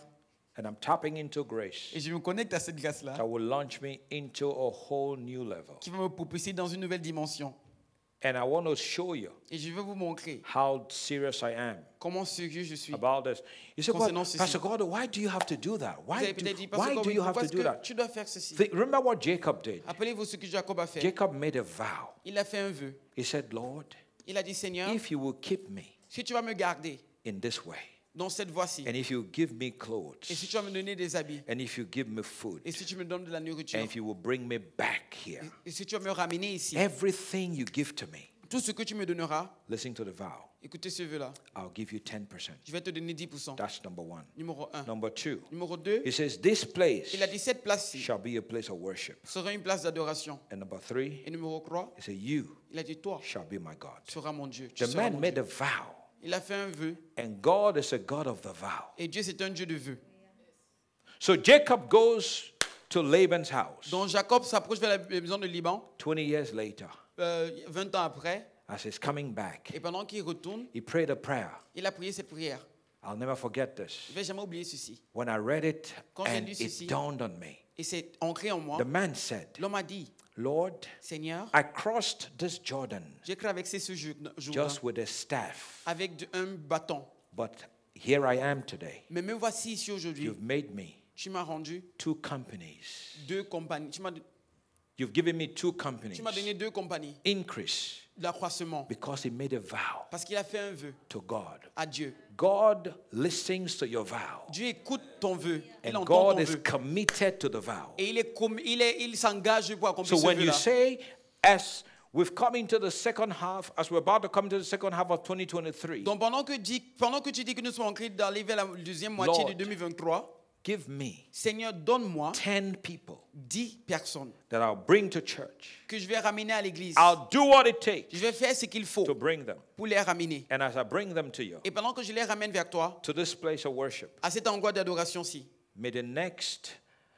And I'm tapping into grace
Et je me connecte à cette grâce-là
that will launch me into a whole new level.
qui va me propulser dans une nouvelle dimension.
And I want to show you
Et je vais vous montrer
how serious I am
comment sérieux je suis. Vous
about this. You say, well,
Concernant ceci.
Pastor Gordo, why do you have to do that? Why
avez
do,
peut-être dit, parce
why do you have
pourquoi
to
est-ce
do
que
that?
tu dois faire ceci
Think- remember what Jacob did.
Rappelez-vous ce que Jacob a fait.
Jacob made a vow.
Il a fait un vœu.
He said, Lord,
Il a dit, Seigneur,
if you will keep me
si tu vas me garder
in this way,
dans cette voie-ci,
and if you give me
et si
clothes,
tu vas me donner des habits,
and if you give me food,
et si tu me donnes de la nourriture,
and if you will bring me back here,
et si tu vas me ramener ici,
everything you give to me,
tout ce que tu me donneras,
listen to the vow,
écoutez ce vœu-là,
I'll give you 10%.
je vais te donner 10%.
That's number one.
Numéro 1.
Number two,
Numéro 2,
he says, This place
il a dit, cette place-ci
shall be a place of worship.
sera une place d'adoration.
And number three,
Et numéro 3,
he said, You
il a dit, toi
shall be my God.
seras mon Dieu. tu
The
seras
man
mon
made
Dieu.
a vow,
Il a fait un vœu,
and God is a God of the vow.
et Dieu, c'est un Dieu de vœux.
So Jacob goes to Laban's house
Donc Jacob s'approche vers la maison de Liban,
20 years later.
euh, 20 ans après,
As he's coming back,
et pendant qu'il retourne,
he prayed a prayer.
il a prié cette prière.
I'll never forget
Je
this.
ne vais jamais oublier ceci.
When I read it,
Quand j'ai
and
lu
it
ceci.
dawned on me.
Et c'est ancré en moi.
The man said,
L'homme a dit,
Lord,
Seigneur,
I crossed this Jordan
j'ai traversé ce jour- jour-là
just with a staff,
avec de- un bâton.
but here I am today.
Mais me voici ici aujourd'hui.
You've made me
Tu m'as rendu
two companies.
deux compagnies. Tu m'as
You've given me two companies.
tu m'as donné deux compagnies
Increase
d'accroissement.
because he made a vow
Parce qu'il a fait un vœu
to God.
à Dieu.
God listens to your vow,
Dieu écoute ton vœu. Il
and
entend
God
ton
is
vœu.
committed to the vow.
Et il est comme- il est- il s'engage pour
So
accomplir ce
when you
vœu-là.
say, as we've come into the second half, as we're about to come into the second half of 2023,
Donc pendant que, dis- pendant que tu dis que nous sommes ancrés d'aller vers la deuxième moitié
Lord.
de 2023,
give me
Seigneur, donne-moi
10 people
10 personnes
that I'll bring to church.
que je vais ramener à l'église.
I'll do what it takes
Je vais faire ce qu'il faut
to bring them.
pour les ramener.
And as I bring them to you,
Et pendant que je les ramène vers toi,
to this place of worship,
à cet endroit d'adoration-ci,
may the next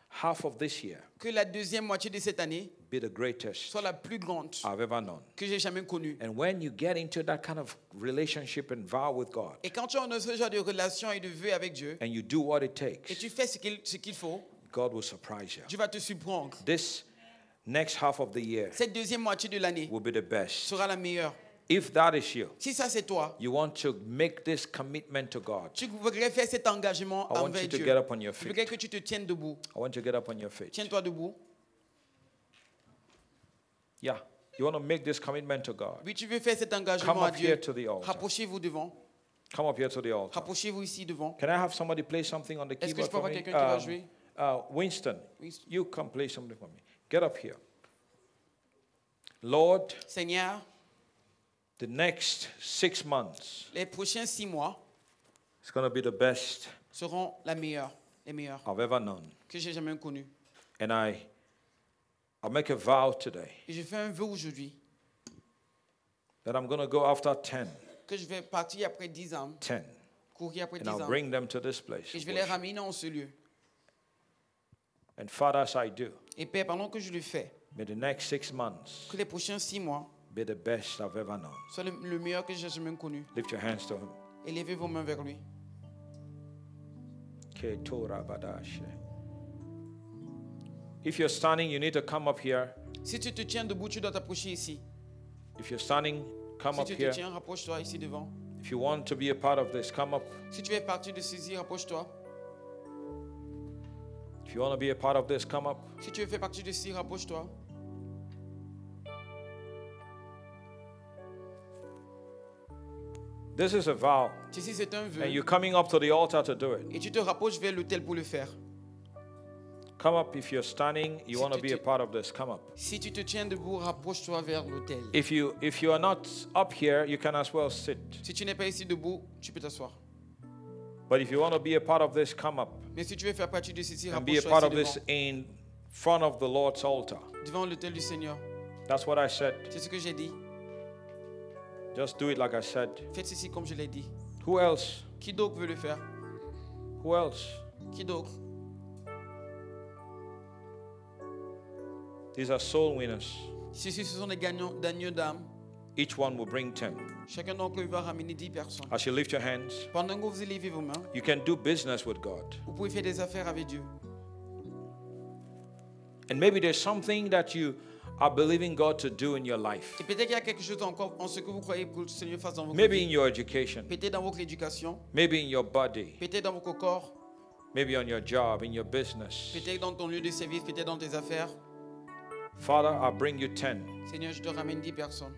half of this year
que la deuxième moitié de cette année
be the greatest
soit la plus grande
I've ever known.
que j'ai jamais connue.
And when you get into that kind of relationship and vow with God,
Et quand tu as ce genre de relation et de vœux avec Dieu,
and you do what it
et
takes,
tu fais ce qu'il ce qu'il faut,
God will surprise you.
Dieu va te surprendre.
This next half of the year
Cette deuxième moitié de l'année
will be the best.
sera la meilleure.
If that is you,
Si ça c'est toi,
you want to make this commitment to God.
tu voudrais faire cet engagement
I want
envers
you to
Dieu.
get up on your
Je
feet.
voudrais que tu te tiennes debout.
I want you to get up on your feet.
Tiens-toi debout.
Yeah. You want to make this commitment to God.
Oui, tu veux faire cet engagement
Come
à
up here
Dieu.
to the altar.
Rapprochez-vous devant.
Come up here to the altar.
Rapprochez-vous ici devant.
Can I have somebody play something on the
Est-ce que
keyboard
je peux
for
avoir
me?
quelqu'un qui va
Um,
jouer?
uh, Winston,
Winston.
you come play something for me. Get up here. Lord,
Seigneur,
the next six months
les prochains six mois
is going to be the best
seront la meilleure, les meilleurs
I've ever known.
que j'ai jamais connus.
And I, I make a vow today
Et je fais un vœu aujourd'hui
that I'm going to go after 10,
que je vais partir après 10 ans,
10,
courir après 10
and I'll
ans,
bring them to this place.
et
of
je vais les
worship.
ramener en ce lieu.
And Father, as I do,
Et Père, pendant que je le fais,
may the next six months
que les prochains six mois
be the best I've ever known.
soient le, le meilleur que j'ai jamais connu.
Lift your hands to Him.
Élevez vos mains vers lui.
Ketorabadashe. If you're standing, you need to come up here.
Si tu te tiens debout, tu dois t'approcher ici.
If you're standing, come
Si
up
tu te
here.
tiens, rapproche-toi ici devant.
If you want to be a part of this, come up.
Si tu es parti de saisir, rapproche-toi.
If you want to be a part of this, come up.
Si tu veux faire partie de ceci, rapproche-toi.
This is a vow,
Ceci, c'est un
and
vœu.
you're coming up to the altar to do it.
Et tu te rapproches vers l'autel pour le faire.
Come up if you're standing, you
Si
want to
tu
be a
te-
part of this, come up.
Si tu te tiens debout, rapproche-toi vers l'autel.
If you if you are not up here, you can as well sit.
Si tu n'es pas ici debout, tu peux t'asseoir.
But if you want to be a part of this, come up
Mais si tu veux faire partie de ceci,
and be a
rapproche-toi
part of
ici
this
devant,
in front of the Lord's altar.
devant l'autel du Seigneur.
That's what I said.
C'est ce que j'ai dit.
Just do it like I said.
Faites ceci comme je l'ai dit.
Who else?
Qui d'autre veut le faire
Who else?
Qui d'autre
These are soul winners.
Ceci, ce sont des gagnants d'agneaux d'âme.
Each one will bring 10.
Chacun d'entre eux va ramener 10 personnes.
As you lift your hands,
Pendant que vous élevez vos mains,
you can do business with God.
vous pouvez faire des affaires avec Dieu.
And maybe there's something that you are believing God to do in your
Et
life.
peut-être qu'il y a quelque chose encore en ce que vous croyez que le Seigneur fasse dans vos
Maybe in your education,
Peut-être dans votre éducation,
maybe in your body,
peut-être dans votre corps,
maybe on your job, in your business.
peut-être dans ton lieu de service, peut-être dans tes affaires.
Father, I bring you 10
Seigneur, je te ramène 10 personnes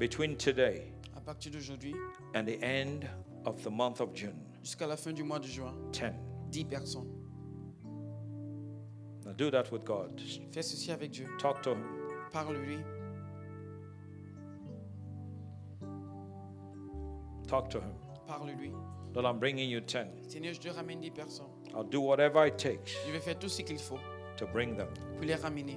between today
à partir d'aujourd'hui
and the end of the month of June.
jusqu'à la fin du mois de juin.
10.
10 personnes.
Now do that with God.
Fais ceci avec Dieu.
Talk to Him.
Parle-lui.
Talk to Him.
Parle-lui.
Lord, I'm bringing you 10.
Seigneur, je te ramène 10 personnes.
I'll do whatever it takes
Je vais faire tout ce qu'il faut
to bring them.
pour les ramener.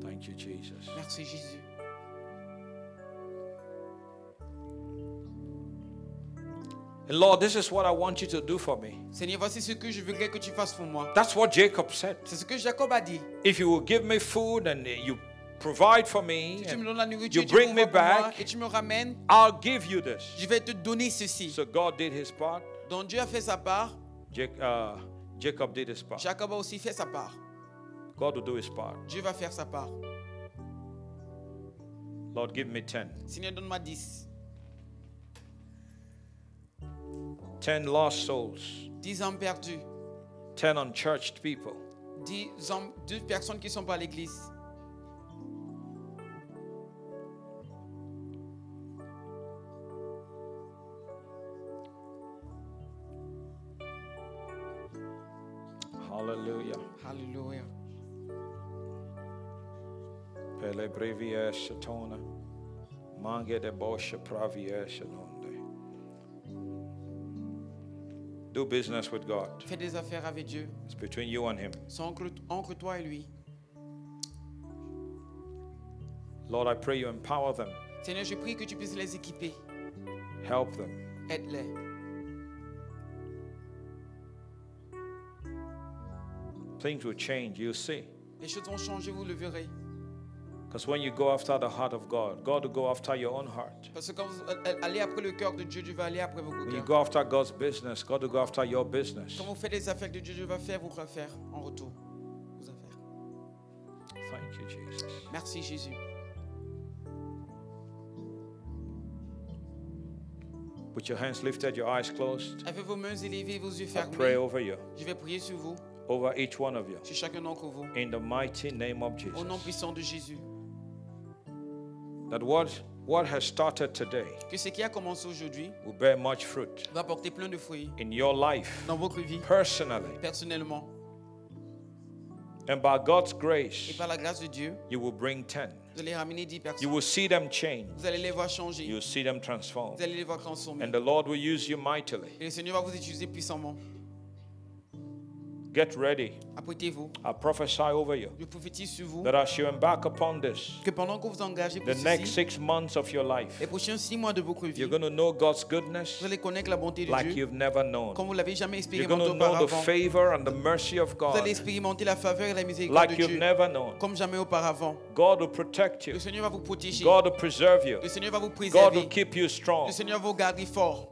Thank you, Jesus.
Merci Jésus.
And Lord, this is what I want you to do for me.
Seigneur, voici ce que je voudrais que tu fasses pour moi.
That's what Jacob said.
C'est ce que Jacob a dit.
If you will give me food and you provide for me,
Si tu me
and
donnes la nourriture,
You
tu
bring
pourras
me
pour moi
back.
et tu me ramènes,
I'll give you this.
je vais te donner ceci.
So God did his part.
Donc Dieu a fait sa part,
Jac- uh, Jacob did his part.
Jacob a aussi fait sa part.
God will do his part.
Dieu va faire sa part.
Lord, give me 10.
Seigneur, donne-moi 10.
10 lost souls,
10 hommes perdus.
10 unchurched people.
10 hommes, 2 personnes qui sont pas à l'église.
Hallelujah.
Alléluia.
Pele brevia shatona. Mange de bosha pravia shatonde. Do business with God.
Fais des affaires avec Dieu.
It's between you and Him.
C'est entre, entre toi et lui.
Lord, I pray you empower them,
Seigneur, je prie que tu puisses les équiper.
help them.
Aide-les.
Things will change, you'll see.
Les choses vont changer, vous le verrez.
Because when you go after the heart of God, God will go after your own heart.
Parce que quand vous euh, allez après le cœur de Dieu, Dieu va aller après vos
When you
cœurs.
go after God's business, God will go after your business.
Quand vous faites des affaires que Dieu, Dieu va faire, vous refaire en retour. Vos affaires.
Thank you, Jesus.
Merci Jésus.
With your hands lifted, your eyes closed,
Avec vos mains élevées, vos yeux
I pray oh.
fermés,
over you,
je vais prier sur vous,
over each one of you,
sur chacun d'entre vous,
in the mighty name of
au nom
Jesus.
puissant de Jésus.
that what what has started today
Que ce qui a commencé aujourd'hui
will bear much fruit
va porter plein de fruits
in your life
dans votre vie,
personally
personnellement.
and by God's
Et
grace
par la grâce de Dieu,
you will bring 10
vous allez ramener 10
you
personnes.
will see them change
Vous allez les voir changer.
you'll see them transform
Vous allez les voir
and
transformer.
the Lord will use you mightily
Et le Seigneur va vous utiliser puissamment.
Get ready.
Apprêtez-vous.
I prophesy over you
Je prophétise sur vous
that as you embark upon this,
que pendant que vous vous engagez pour
the next
ceci,
six months of your life,
les prochains six mois de votre vie,
you're going to know God's
vous
goodness
allez connaître la bonté de
like
Dieu
you've never known.
comme vous l'avez jamais
You're
expérimenté
going to know the
auparavant.
favor and the mercy of
Vous allez
God
expérimenter la faveur et la miséricorde
like
de
you've
Dieu
never known.
comme jamais auparavant.
God will protect you.
Le Seigneur va vous protéger.
God will preserve you.
Le Seigneur va vous
God will
préserver.
keep you
Le
strong.
Seigneur va vous garder fort.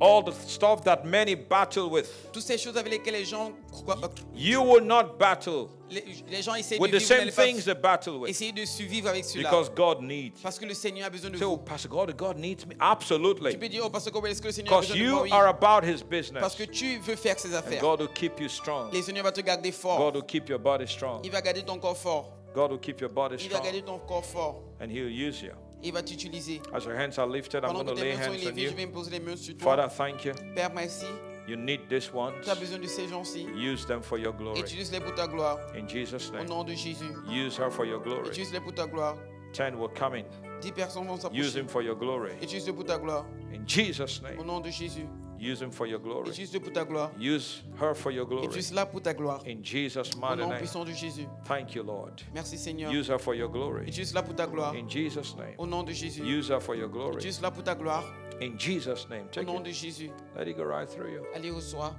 All the stuff that many battle with,
Toutes ces choses avec lesquelles les gens, croient-
you will not battle
les, les gens essaient de
with the
vivre, vous
same
n'allez pas
things they battle with
essayer de survivre avec cela.
because God needs.
parce que le Seigneur a besoin de
Say, oh,
vous.
Pastor God, God needs me.
Tu peux
Absolutely.
dire, oh, parce que est-ce que le Seigneur a
Because
besoin de
you
moi? Oui.
are about His
Parce
business.
que tu veux faire ses
And
affaires.
God will keep you strong.
Le Seigneur va te garder fort.
God will keep your body strong.
Il va garder ton corps fort.
God will keep your body
Il va garder
strong.
ton corps fort.
And He'll use you.
Il va t'utiliser.
As your hands are lifted, I'm
Pendant
going
que
to lay
tes mains sont
hands on
élevées,
you.
je vais me poser les mains sur toi.
Father, thank you.
Père, merci.
You need these ones.
Tu as besoin de ces gens-ci.
Use them for your glory.
Utilise-les pour ta gloire.
In Jesus' Oh,
Au
name.
nom de Jésus.
Use her for your glory.
Utilise-les pour ta gloire.
Ten will come in.
Dix personnes vont
Use
s'approcher.
him for your glory.
Utilise-les pour ta gloire.
In Jesus'
Au
name.
nom de Jésus.
Use him for your glory.
Utilise-les pour ta gloire.
Use her for your glory.
Utilise-la pour ta gloire.
In Jesus'
Au
mighty
nom
name.
puissant de Jésus.
Thank you, Lord.
Merci Seigneur.
Use her for your glory.
Utilise-la pour ta gloire.
In Jesus' name.
Au nom de Jésus.
Use her for your glory.
Utilise-la pour ta gloire.
In Jesus' name.
Au
Take
nom
it.
de Jésus.
Let it go right through you.
Allez, reçois.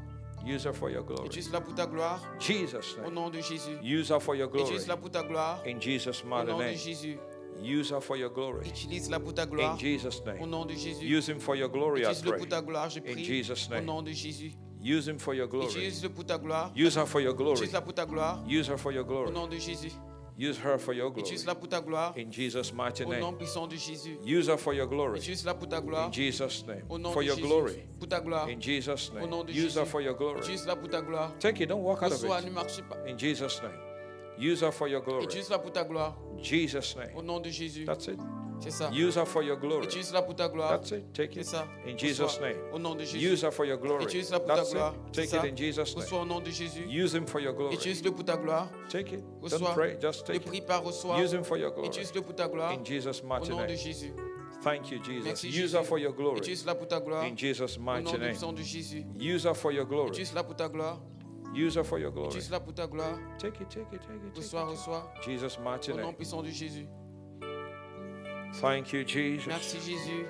Use her for your glory.
Utilise-la pour ta gloire.
Jesus'
Au
name.
nom de Jésus.
Use her for your glory.
Utilise-la pour ta gloire.
In Jesus'
Au
mighty
nom de
name.
Jésus.
Use her for your glory.
Utilise-la pour ta
In
gloire.
Jesus'
Au
name.
nom de Jésus.
Use him for your glory, I
Utilise-le
pray.
pour ta gloire, je
In
prie.
Jesus'
Au
name.
nom de Jésus.
Use him for your glory.
Utilise-le pour ta gloire.
Use her for your glory.
Utilise-la pour ta gloire.
Use her for your
Au
glory.
nom de Jésus.
Use her for your glory.
Utilise-la pour ta gloire.
In Jesus' mighty
Au nom
name.
puissant de Jésus.
Use her for your glory.
Utilise-la pour ta gloire.
In Jesus' name.
Au nom
For
de
your
Jésus.
glory.
Pour ta gloire.
In Jesus'
Au nom
name.
de
Use her
Jésus.
for your glory.
Utilise-la pour ta gloire.
Take it, don't walk out of
Reçois, ne
it.
marche pas.
In Jesus' name. Use her for your glory.
Utilise-la pour ta gloire.
In Jesus' name.
Au nom de Jésus.
That's it.
C'est ça.
Use her for your glory.
Utilise-la pour ta gloire.
That's it. Take
C'est
it.
ça.
In Jesus'
Reçois.
name.
Au nom de
Use
Jésus.
her for your glory.
Utilise-la pour ta
That's
gloire.
it.
C'est
Take
ça.
it in Jesus' name.
Reçois au nom de Jésus.
Use him for your glory.
Utilise-le pour ta gloire.
Take it. Don't
Reçois.
pray. Just
Ne
take it.
prie pas, reçois.
Use him for your glory.
Utilise-le pour ta gloire.
In Jesus'
Au
mighty
nom de
name.
Jésus.
Thank you, Jesus.
Merci
Use
Jésus.
her for your glory.
Utilise-la pour ta gloire.
In Jesus'
Au
mighty
nom
name.
puissant de Jésus.
Use her for your glory.
Utilise-la pour ta gloire.
Use her for your glory.
Utilise-la pour ta gloire.
Take it, take it, take it. Take
Reçois,
it.
reçois.
Jesus' mighty
Au nom
name.
puissant de Jésus.
Thank you, Jesus.
Merci Jésus.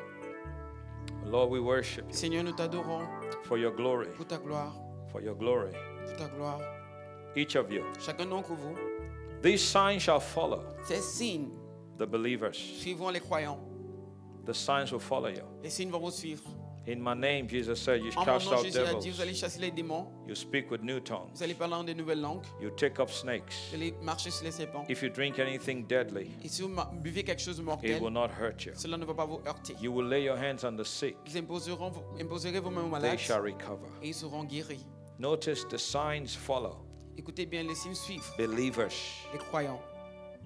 Lord, we worship you
Seigneur, nous t'adorons
for your glory.
pour ta gloire.
For your glory.
Pour ta gloire.
Each of you.
Chacun d'entre vous,
These signs shall follow
ces signes
the believers.
suivront les croyants.
The signs will follow you.
Les signes vont vous suivre.
In Oh, my name, Jesus said, you
En mon
cast
nom,
out
Jésus a dit,
devils.
vous allez chasser les démons,
You speak with new tongues.
vous allez parler en des nouvelles langues,
You take up snakes.
vous allez marcher sur les serpents.
If you drink anything deadly,
Et si vous ma- buvez quelque chose de
it will
mortel,
not hurt you.
cela ne va pas vous heurter.
You will lay your hands on the sick.
Vous imposeront- vous imposerez vos mains aux
They
malades
shall recover.
et ils seront guéris.
Notice the signs follow.
Écoutez bien, les signes suivent
Believers.
les croyants.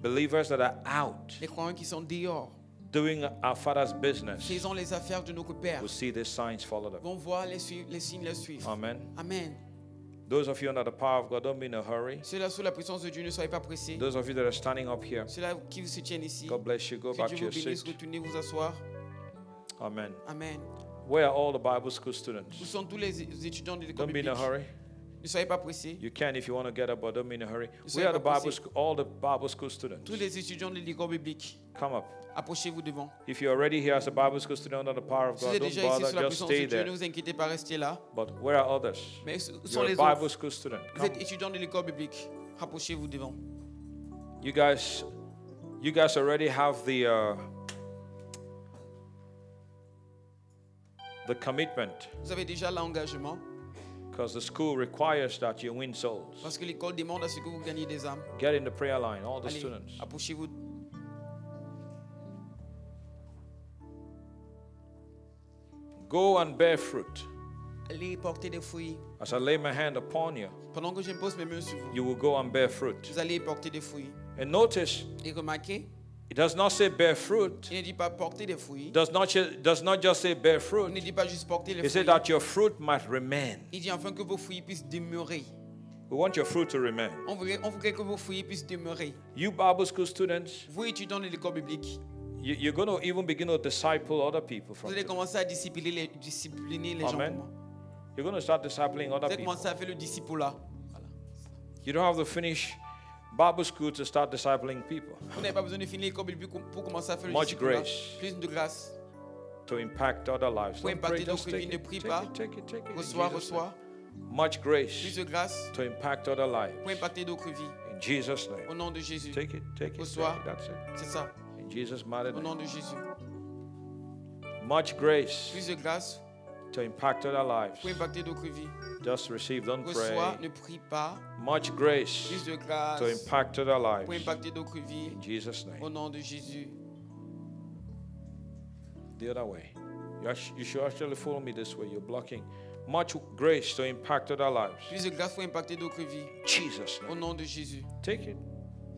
Believers that are out
Les croyants qui sont dehors,
doing our Father's business
faisant les affaires de notre Père,
will see these signs follow them.
vont voir les, suivre- les signes les suivre.
Amen.
Amen.
Those of you under the power of God, don't be in a hurry.
Cela sous la puissance de Dieu, ne soyez pas pressés.
Those of you that are standing up here,
Cela qui vous soutiennent ici,
God bless you. Go
que
back to
Dieu vous
your
bénisse,
seat.
retournez vous asseoir.
Amen.
Amen.
Where are all the Bible school students?
Où sont tous les é- étudiants de l'école
Don't be in a
biblique?
hurry.
Ne soyez pas pressés.
You can if you want to get up, but don't be in a hurry.
Is
Where are
that
the Bible
possible?
school, all the Bible school students?
Tous les étudiants de l'école biblique,
Come up.
approchez-vous devant.
If you're already here as a Bible school student under the power of
Si vous
God,
êtes
don't
déjà ici
bother,
sous la
just
puissance de
stay
Dieu,
there.
ne vous inquiétez pas, restez là.
But where are others?
Mais où sont
You're a
les
Bible
autres?
school student.
Vous
Come.
êtes étudiant de l'école biblique, rapprochez-vous devant.
You guys, you guys already have the uh, the commitment
Vous avez déjà l'engagement,
because the school requires that you win souls.
parce que l'école demande à ce que vous gagnez des âmes.
Get in the prayer line, all the
Allez,
students.
approchez-vous.
Go and bear fruit.
Allez porter des fruits.
As I lay my hand upon you,
Pendant que j'impose mes mains sur vous,
you will go and bear fruit.
vous allez porter des fruits.
And notice,
Et remarquez,
it does not say bear fruit.
il ne dit pas porter des fruits.
It does not ju- does not just say bear
Il ne
fruit.
dit pas juste porter les
It said
fruits.
that your fruit might remain.
Il dit afin que vos fruits puissent demeurer.
We want your fruit to remain.
On voudrait, on voudrait que vos fruits puissent demeurer.
You Bible school students,
Vous, étudiants de l'école biblique,
you, you're going to even begin to disciple other people
vous
from
allez
today.
commencer à discipliner les, discipliner les gens.
Amen.
pour moi.
You're going to start discipling
Vous
other
allez
people.
commencer à faire le disciple là.
You don't have to finish Bible school to start discipling people,
Vous n'avez pas besoin de finir l'école biblique pour commencer à faire le
Much
disciple.
grace.
Plus de grâce.
to impact other lives.
Pour
Don't pray,
impacter
just
d'autres vies,
take
ne
it,
prie
take
pas.
it, take it, take it in
Reçois,
Jesus'
reçois.
name. Much
Plus
grace
de grâce
to impact other lives.
pour impacter d'autres vies.
In Jesus'
Au
name.
nom de Jésus.
Take it, take it, take
Reçois.
it. That's it.
C'est ça.
In Jesus' mighty
Au
name.
nom de Jésus.
Much grace
Plus de grâce
to impact other lives.
pour impacter d'autres vies.
Just receive, don't
Reçois,
pray.
ne prie pas.
Much
Plus
grace
de grâce
to impact other lives.
pour impacter d'autres vies.
In Jesus'
Au
name.
nom de Jésus.
The other way. You, act- you should actually follow me this way. You're blocking. Much grace to impact other lives.
Plus de grâce pour impacter d'autres vies.
Jesus'
Au
name.
nom de Jésus.
Take it.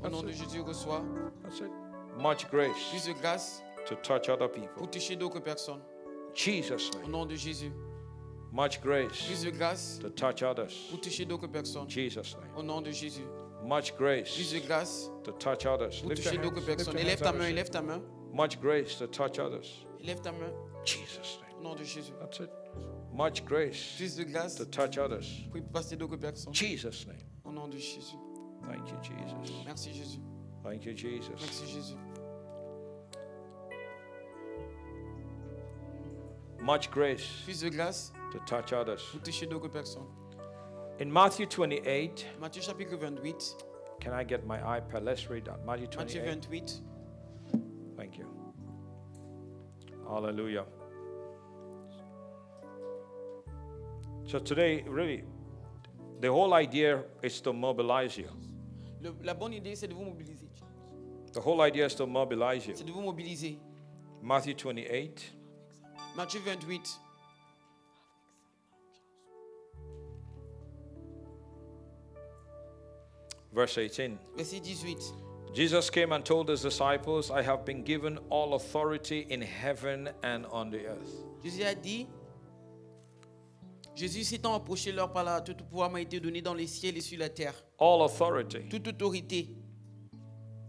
Au nom
That's
de
it.
Jésus, reçois.
That's it. Much grace
Plus de grâce
to touch other
pour
people.
toucher d'autres personnes.
Jesus'
Au
name.
nom de Jésus.
Much
Plus
grace
de grâce
to touch others.
pour toucher d'autres personnes.
Jesus' name.
Au nom de Jésus.
Much
Plus
grace
de grâce
to touch others.
pour
Lift your
toucher d'autres
hands. Lift
personnes.
your hands
Élève ta
and
main,
receive.
élève ta main.
Much grace to touch others.
Élève ta main.
Jesus' name.
Au nom de Jésus.
That's it. Much grace
Plus de grâce
to touch others.
pour passer d'autres personnes.
Jesus' name.
Au nom de Jésus.
Thank you, Jesus.
Merci Jésus.
Thank you, Jesus.
Merci Jésus.
Much grace
Plus de grâce
to touch others.
pour toucher d'autres personnes.
In Matthew 28,
Matthieu chapitre 28.
can I get my iPad? Let's read that. Matthew
Matthieu
28.
28.
Thank you. Hallelujah. So today, really, the whole idea is to mobilize you.
Le- la bonne idée, c'est de vous mobiliser.
The whole idea is to mobilize you.
C'est de vous mobiliser.
Matthew 28,
Matthieu 28.
verse 18.
Verset 18.
Jesus came and told his disciples, I have been given all authority in heaven and on the earth.
Jésus a dit, Jésus s'étant approché leur par là, tout pouvoir m'a été donné dans les ciels et sur la terre.
All authority.
Toute autorité.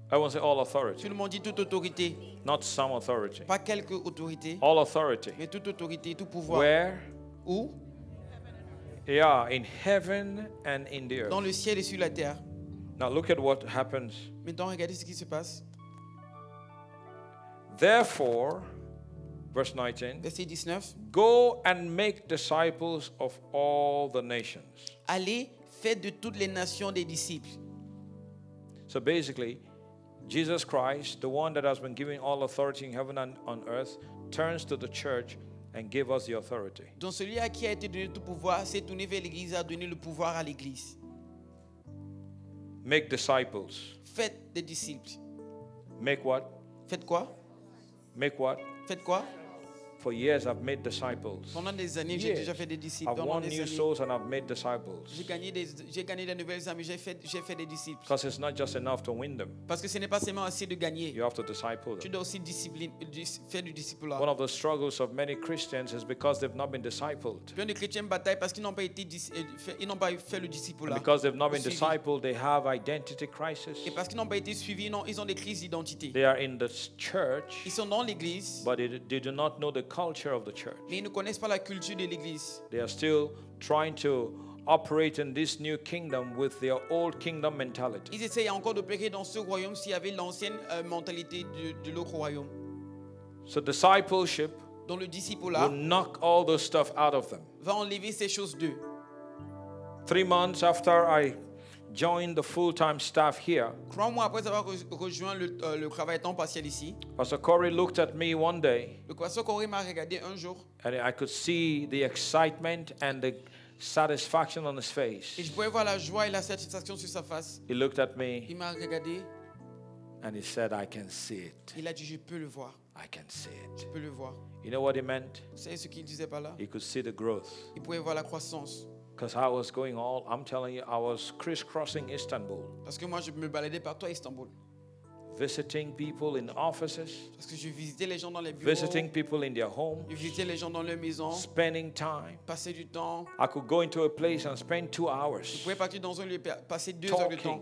I won't say all
Tout
authority,
le monde dit toute autorité.
not some authority.
Pas quelque autorité,
All authority.
mais toute autorité, tout pouvoir.
Where?
Où
Yeah, in heaven and in the
Dans
earth.
le ciel et sur la terre.
Now look at what happens.
Maintenant, regardez ce qui se passe.
Therefore, verse 19,
Verset 19.
go and make disciples of all the nations.
Allez, faites de toutes les nations des disciples.
So basically, Jesus Christ, the one that has been given all authority in heaven and on earth, turns to the church and give us the authority.
Donc celui à qui a été donné tout pouvoir s'est tourné vers l'Église, a donné le pouvoir à l'Église.
Make disciples.
Faites des disciples.
Make what?
Faites quoi
Make what?
Faites quoi
For years I've made disciples.
Pendant des années, j'ai
Years.
déjà fait des disciples.
I've
Pendant
won
des
new
années,
souls and I've made disciples.
J'ai gagné des, j'ai gagné des nouvelles amies, j'ai fait, j'ai fait des disciples.
Because it's not just enough to win them,
Parce que ce n'est pas seulement assez de gagner.
you have to disciple
Tu
them.
dois aussi discipline, dis- faire du disciple.
One of the struggles of many Christians is because they've not been discipled.
Plein de chrétiens bataillent parce qu'ils n'ont pas été dis- euh, fait- ils n'ont pas fait le
And
disciple.
because they've not been discipled, they have identity crisis.
Et parce qu'ils n'ont pas été suivis, ils ont, ils ont des crises d'identité.
They are in the s- church,
Ils sont dans l'église,
but they, they do not know the culture of the church.
mais ils ne connaissent pas la culture de l'église.
They are still trying to operate in this new kingdom with their old kingdom mentality.
Ils essayent encore d'opérer dans ce royaume s'il y avait l'ancienne euh, mentalité de, de l'autre royaume.
So discipleship
Donc le disciple
will
là
knock all the stuff out of them.
va enlever ces choses d'eux.
Three months after I joined the full-time staff here,
Trois mois après avoir re- rejoint le, euh, le travail temps partiel ici,
Pastor Corey looked at me one day,
le pasteur Coré m'a regardé un jour
and I could see the excitement and the satisfaction on his
et
face.
je pouvais voir la joie et la satisfaction sur sa face.
He looked at me
Il m'a regardé,
and he said, "I can see it.
il a dit Je peux le voir,
I can see it."
je peux le voir.
You know what he meant?
Vous savez ce qu'il disait par là
He could see the growth.
Il pouvait voir la croissance.
Because I was going all, I'm telling you, I was crisscrossing Istanbul.
Parce que moi, je me baladais partout à Istanbul.
visiting people in offices,
Parce que je visitais les gens dans les bureaux,
visiting people in their home,
je visitais les gens dans leur maison,
spending time.
passer du temps.
I could go into a place and spend two
Vous
hours,
pouvez partir dans un lieu, pa- passer deux heures de temps,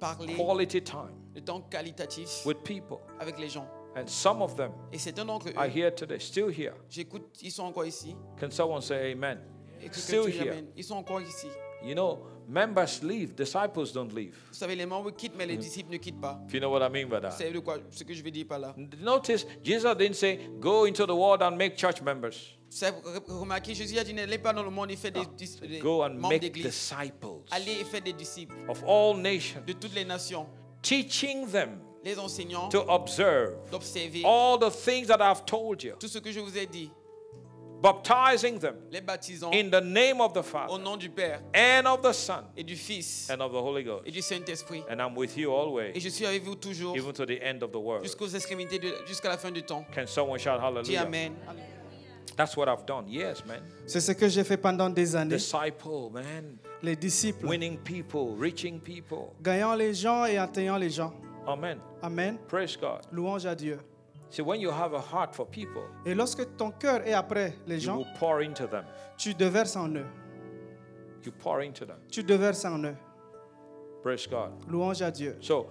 parler,
quality time
le temps qualitatif
with people.
avec les gens.
And some of them
Et certains d'entre
are
eux,
here today, still here.
j'écoute, ils sont encore ici.
Can someone say amen?
Et que- que
Still
tu les
here.
amènes. Ils sont encore ici.
You know, members leave, disciples don't leave.
Vous savez, les membres quittent,
Mm.
mais les disciples ne quittent pas.
If you know what I mean by
Vous
that.
savez de quoi, ce que je veux dire par là.
Notice Jesus didn't say, go into the world and make church members.
Vous savez, re- remarquez, Jésus a dit n'allez pas dans le monde et faites des, dis- des
Ah. Go and
membres
make
d'église.
disciples
Allez et faites des disciples
of all nations,
de toutes les nations,
teaching them
les enseignants,
to Oh. observe
d'observer
all the things that I've told you,
tout ce que je vous ai dit,
baptizing them
les baptisant
in the name of the
au
Father
nom du Père
and of the Son
et du Fils
and of the Holy Ghost.
et du Saint-Esprit.
And I'm with you
Et
always,
je suis avec vous toujours
even to the end of the world.
jusqu'aux extrémités, de- jusqu'à la fin du temps.
Can someone shout
Dis
hallelujah?
Amen.
That's what I've done. Yes, man.
C'est ce que j'ai fait pendant des années.
Disciple, man.
Les disciples,
Winning people, reaching people.
gagnant les gens et atteignant les gens.
Amen.
Amen.
Praise God.
Louange à Dieu.
See, when you have a heart for people,
Et lorsque ton cœur est après les
you
gens,
will pour into them.
tu déverses en eux.
You pour into them.
Tu déverses en eux.
Praise God.
Louange à Dieu.
So,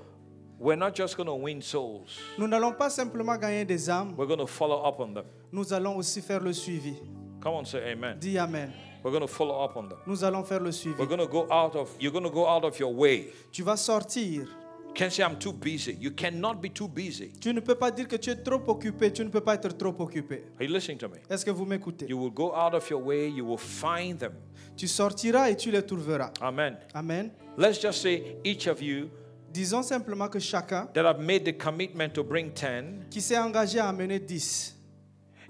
we're not just going to win souls,
Nous n'allons pas simplement gagner des âmes,
we're going to follow up on them.
nous allons aussi faire le suivi.
Come on, say amen.
Dis Amen.
We're going to follow up on them.
Nous allons faire le suivi.
We're going to go out of, you're going to go out of your way.
Tu vas sortir.
Can't say I'm too busy. You cannot be too busy.
Tu ne peux pas dire que tu es trop occupé. Tu ne peux pas être trop occupé.
Are you listening to me?
Est-ce que vous m'écoutez
You will go out of your way, you will find them.
Tu sortiras et tu les trouveras.
Amen.
Amen.
Let's just say each of you
Disons simplement que chacun
that have made the commitment to bring 10,
qui s'est engagé à amener 10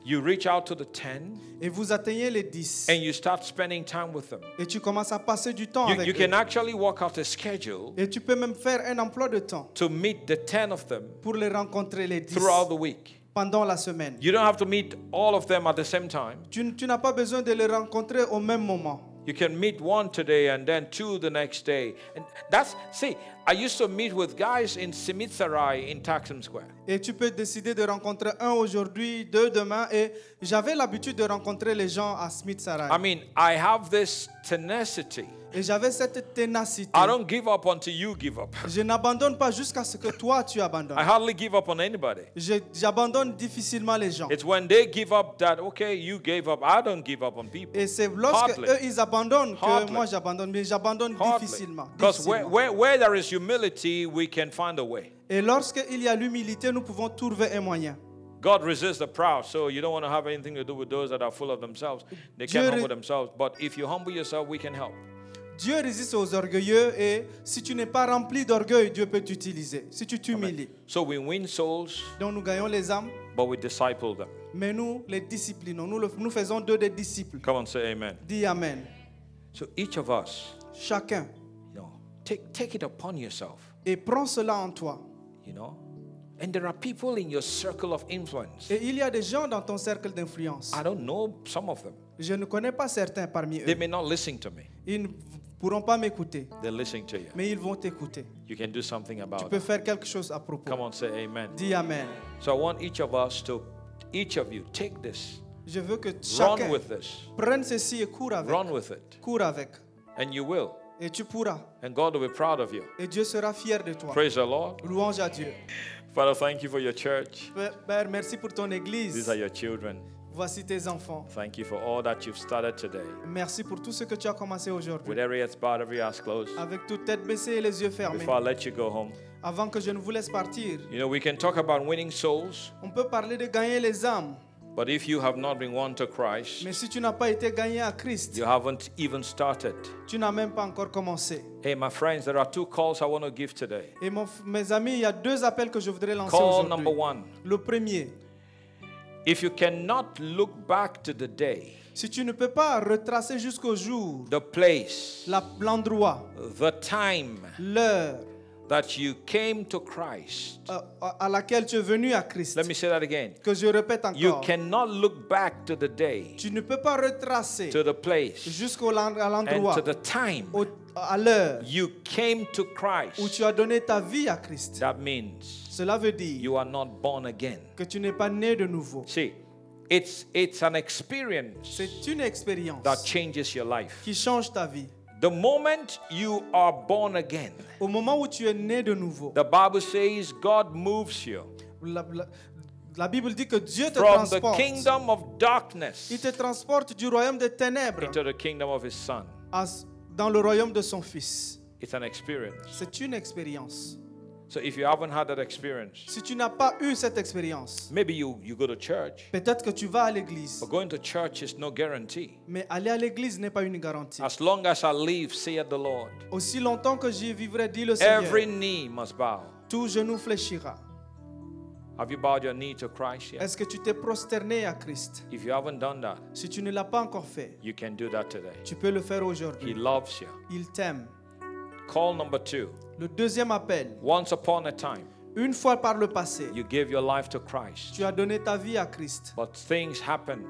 you reach out to the 10
et vous atteignez les 10
and you start spending time with them.
et tu commences à passer du temps
You,
avec
you
eux.
can actually work out a schedule
Et tu peux même faire un emploi de temps
to meet the 10 of them
pour les rencontrer les 10
throughout the week.
pendant la semaine.
You don't have to meet all of them at the same time.
Tu, n- tu n'as pas besoin de les rencontrer au même moment.
You can meet one today and then two the next day. And that's, see, I used to meet with guys in Simitsaraya in Taksim Square.
Et tu peux décider de rencontrer un aujourd'hui, deux demain. Et j'avais l'habitude de rencontrer les gens à Smith
I
Sarai.
mean, I have this tenacity.
Et j'avais cette ténacité.
I don't give up until you give up.
Je n'abandonne pas jusqu'à ce que toi tu
I
abandonnes.
hardly give up on anybody.
Je- J'abandonne difficilement les gens.
It's when they give up that, okay, you gave up. I don't give up on people.
Et c'est lorsque
Hardly.
eux ils abandonnent que
Hardly.
moi j'abandonne, mais j'abandonne difficilement.
Because where,
difficilement.
where, where there is humility, we can find a way.
Et lorsque il y a l'humilité, nous pouvons trouver un moyen.
God resists the proud, so you don't want to have anything to do with those that are full of themselves. They
Dieu
can humble
re-
themselves. But if you humble yourself, we can help.
Dieu résiste aux orgueilleux et si tu n'es pas rempli d'orgueil, Dieu peut t'utiliser. Si tu t'humilies,
So we win souls,
donc nous gagnons les âmes,
but we disciple them.
mais nous les disciplinons. Nous, le- nous faisons d'eux des disciples.
Come on, say amen.
Dis Amen.
So each of us,
Chacun.
you know, take, take it upon yourself,
Et prends cela en toi.
you know. And there are people in your circle of influence.
Et il y a des gens dans ton cercle d'influence.
I don't know some of them.
Je ne connais pas certains parmi
They
eux.
may not listen to me.
Ils ne pourront pas m'écouter,
They're listening to you.
mais ils vont t'écouter.
You can do something
Tu
about
peux
it.
faire quelque chose à propos.
Come on, say amen.
Dis Amen.
So I want each of us to, each of you, take this,
Je veux que
run
chacun
with this,
prenne ceci et cours avec.
run with it,
Cours avec.
and you will.
Et tu pourras.
And God will be proud of you.
Et Dieu sera fier de toi.
Praise the Lord.
Louange à Dieu.
Father, thank you for your church.
Père, Père, merci pour ton
These
église.
are your children.
Voici tes enfants.
Thank you for all that you've started today.
Merci pour tout ce que tu as commencé
With
aujourd'hui.
every head bowed, every eyes closed,
Avec toute tête baissée et les yeux fermés.
before I let you go home,
Avant que je ne vous laisse partir,
you know, we can talk about winning souls,
on peut parler de gagner les âmes.
but if you have not been won to Christ,
Mais si tu n'as pas été gagné à Christ,
you haven't even started.
tu n'as même pas encore commencé.
Hey, my friends, there are two calls I want to give today.
Et mon- mes amis, il y a deux appels que je voudrais lancer
Call number
aujourd'hui.
one.
Le premier,
If you cannot look back to the day,
si tu ne peux pas retracer jusqu'au jour
the place,
la- l'endroit,
the time
l'heure
that you came to Christ,
euh, à à laquelle tu es venu à Christ,
let me say that again.
que je répète
You
encore,
cannot look back to the day,
tu ne peux pas retracer
to the place,
jusqu'au l'en- à
and
l'endroit,
to the time
au- à l'heure
you came to
où
Christ.
tu as donné ta vie à Christ.
That means
Cela veut dire
you are not born again.
que tu n'es pas né de nouveau.
See, it's it's an experience
C'est une
that
expérience
changes your life.
qui change ta vie.
The moment you are born again,
Au moment où tu es né de nouveau,
the Bible says God moves you
la, la- la Bible dit que Dieu te
from the
transporte.
kingdom of
Il
darkness
te transporte du royaume des ténèbres
into the kingdom of his son.
à s- dans le royaume de son Fils.
It's an experience.
C'est une expérience.
So if you haven't had that experience,
Si tu n'as pas eu cette expérience,
maybe you, you go to church.
peut-être que tu vas à l'église,
But going to church is no guarantee.
mais aller à l'église n'est pas une garantie.
As long as I live, saith the Lord,
Aussi longtemps que j'y vivrai, dit le Seigneur,
every knee must bow.
tout genou fléchira.
Have you bowed your knee to Christ yet?
Est-ce que tu t'es prosterné à Christ
If you haven't done that,
Si tu ne l'as pas encore fait,
you can do that today.
tu peux le faire
He
aujourd'hui.
loves you.
Il t'aime.
Call number two.
Le deuxième appel,
Once upon a time,
une fois par le passé,
you gave your life to Christ,
tu as donné ta vie à Christ,
but things happened.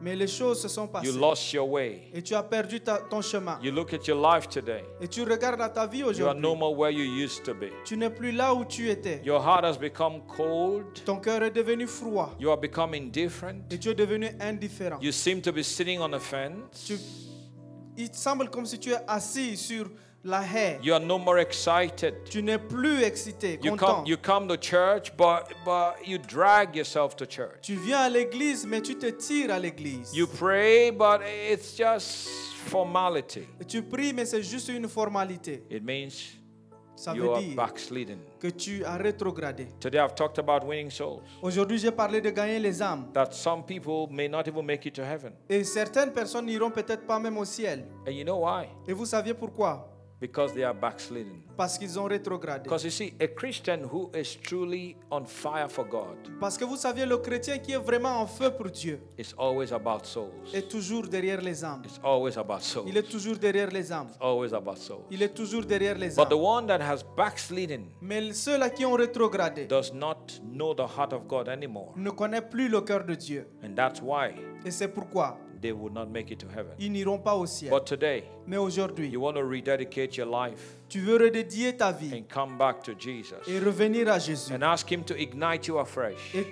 mais les choses se sont
You
passées
lost your way.
et tu as perdu ta- ton chemin.
You look at your life today.
Et tu regardes à ta vie
You are
aujourd'hui.
no more where you used to be.
Tu n'es plus là où tu étais.
Your heart has become cold.
Ton cœur est devenu froid
You are becoming different.
et tu es devenu indifférent.
You seem to be sitting on a fence.
Tu- il te semble comme si tu es assis sur la haie.
You are no more excited.
Tu n'es plus excité,
You
content.
come, you come to church, but, but you drag yourself to church.
Tu viens à l'église, mais tu te tires à l'église.
You pray, but it's just formality.
Et Tu pries, mais c'est juste une formalité.
It means
Ça
you
veut
are
dire
backslidden.
que tu as rétrogradé.
Today I've talked about winning souls.
Aujourd'hui, j'ai parlé de gagner les âmes.
That some people may not even make it to heaven.
Et certaines personnes n'iront peut-être pas même au ciel.
And you know why?
Et vous saviez pourquoi
Because they are backslidden.
Parce qu'ils ont rétrogradé.
Because you see, a Christian who is truly on fire for God
Parce que vous saviez, le chrétien qui est vraiment en feu pour Dieu
is always about souls.
est toujours derrière les âmes.
It's always about souls.
Il est toujours derrière les âmes.
Always about souls.
Il est toujours derrière les
But the
âmes.
one that has backslidden
Mais ceux-là qui ont rétrogradé
does not know the heart of God anymore.
ne connaissent plus le cœur de Dieu.
And that's why
Et c'est pourquoi
they will not make it to heaven.
ils n'iront pas au ciel.
But today,
Mais aujourd'hui,
you want to rededicate your life
tu veux redédier ta vie
and come back to Jesus
et revenir à Jésus
and ask Him to ignite you afresh
et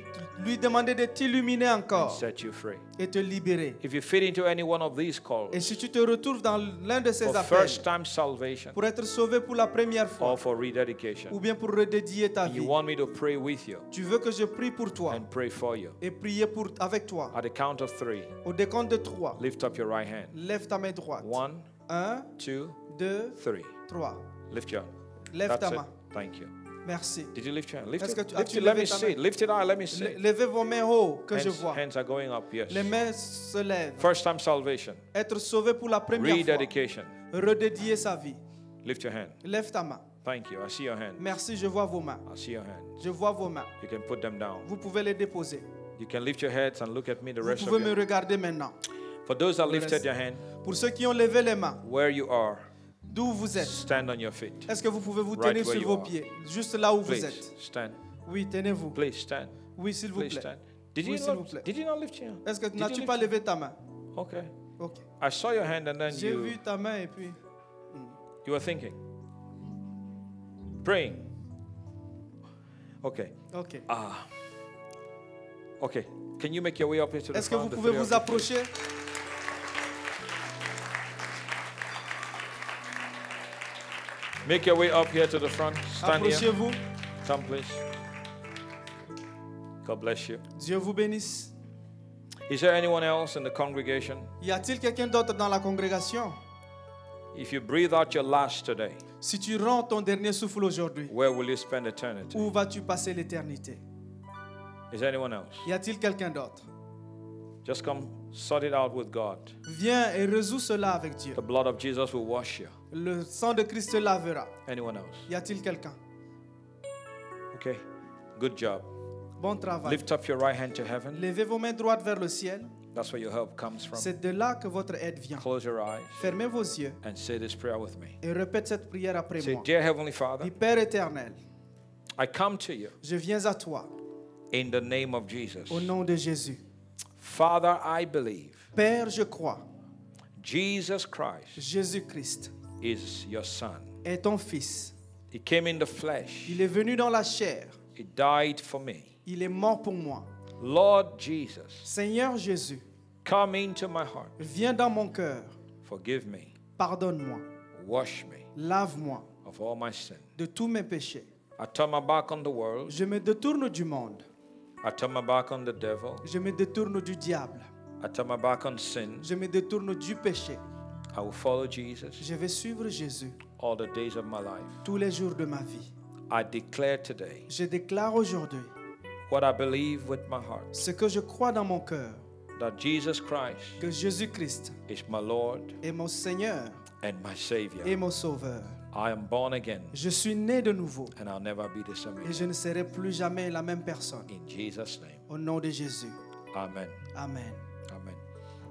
lui demander de t'illuminer
and
encore
set you free.
et te libérer.
If you fit into any one of these calls
Et si tu te retrouves dans l'un de ces
for
appels
first time salvation
pour être sauvé pour la première fois
or for rededication,
ou bien pour redédier ta
you
vie,
want me to pray with you
tu veux que je prie pour toi
and pray for you.
et prier pour, avec toi.
At the count of three,
Au décompte de trois,
lift up your right hand.
lève ta main droite.
One,
Un,
two,
deux,
three.
trois.
Lift your hand.
Lève
That's
ta
it.
main.
Thank you.
Merci.
Did you lift your hand? Lift
Est-ce que
it.
tu-
Lift
as-tu
it. Let
levé
me
ta
see.
main?
Lift it high. Let me
Le-
see.
Levez vos mains haut que je
Hands,
vois.
hands are going up. Yes.
Les mains se lèvent.
First time salvation.
Être sauvé pour la première fois.
Rededication.
Redédier sa vie.
Lift your hand.
Lève ta main.
Thank you. I see your hand.
Merci, je vois vos mains.
I see your hand.
Je vois vos mains.
You can put them down.
Vous pouvez les déposer.
You can lift your heads and look at me the
Vous
rest of
pouvez me
you.
regarder maintenant.
For those that lifted
rest-
their hand,
Pour ceux qui ont levé les mains,
where you are,
d'où vous êtes,
stand on your feet.
est-ce que vous pouvez vous
Right
tenir
where
sur
you
vos
are.
pieds, juste là où vous
Please
êtes
stand.
Oui, tenez-vous.
Please stand.
Oui, s'il vous
Please
plaît.
stand. Did you
Oui, s'il vous plaît.
not? Did you not lift your hand?
Est-ce que
Did you
n'as-tu
lift
pas
your-
levé ta main
Okay.
Ok.
I saw your hand and then
J'ai
you
vu ta main et puis
you were thinking, praying. Okay.
ok.
Ah. Okay. Can you make your way up here to the
Est-ce que vous
front? the
pouvez
three of
vous
you?
approcher
Make your way up here to the front. Stand here.
Approchez-vous.
Come, please. God bless you.
Dieu vous bénisse.
Is there anyone else in the congregation?
Y a-t-il quelqu'un d'autre dans la congrégation
If you breathe out your last today,
Si tu rends ton dernier souffle aujourd'hui,
where will you spend eternity?
où vas-tu passer l'éternité
Is there anyone else?
Y a-t-il quelqu'un d'autre
Just come sort it out with God.
Viens et résous cela avec Dieu.
The blood of Jesus will wash you.
Le sang de Christ te lavera.
Anyone else?
Y a-t-il quelqu'un
Okay. Good job.
Bon travail.
Lift up your right hand to heaven.
Levez vos mains droites vers le ciel.
That's where your help comes from.
C'est de là que votre aide vient.
Close your eyes
Fermez vos yeux
and say this prayer with me.
et répète cette prière après
Say,
moi.
Dear Heavenly Father,
Dis Père éternel,
I come to you
je viens à toi
in the name of Jesus.
au nom de Jésus.
Father, I believe
Père, je crois,
Jesus Christ
Jésus-Christ
is your Son.
est ton Fils.
He came in the flesh.
Il est venu dans la chair.
He died for me.
Il est mort pour moi.
Lord Jesus,
Seigneur Jésus,
come into my heart.
viens dans mon cœur.
Forgive me.
Pardonne-moi.
Wash me
Lave-moi
of all my sin.
de tous mes péchés.
I turn my back on the world.
Je me détourne du monde.
I turn my back on the devil.
Je me détourne du diable.
I turn my back on sin.
Je me détourne du péché.
I will follow Jesus
Je vais suivre Jésus
all the days of my life.
tous les jours de ma vie.
I declare today
Je déclare aujourd'hui
what I believe with my heart
ce que je crois dans mon cœur,
that Jesus Christ
que Jésus-Christ
is my Lord
est mon Seigneur
and my Savior.
et mon Sauveur.
I am born again
Je suis né de nouveau
and I'll never be the same.
et
again.
je ne serai plus jamais la même personne.
In Jesus' name.
Au nom de Jésus.
Amen.
Amen.
Amen.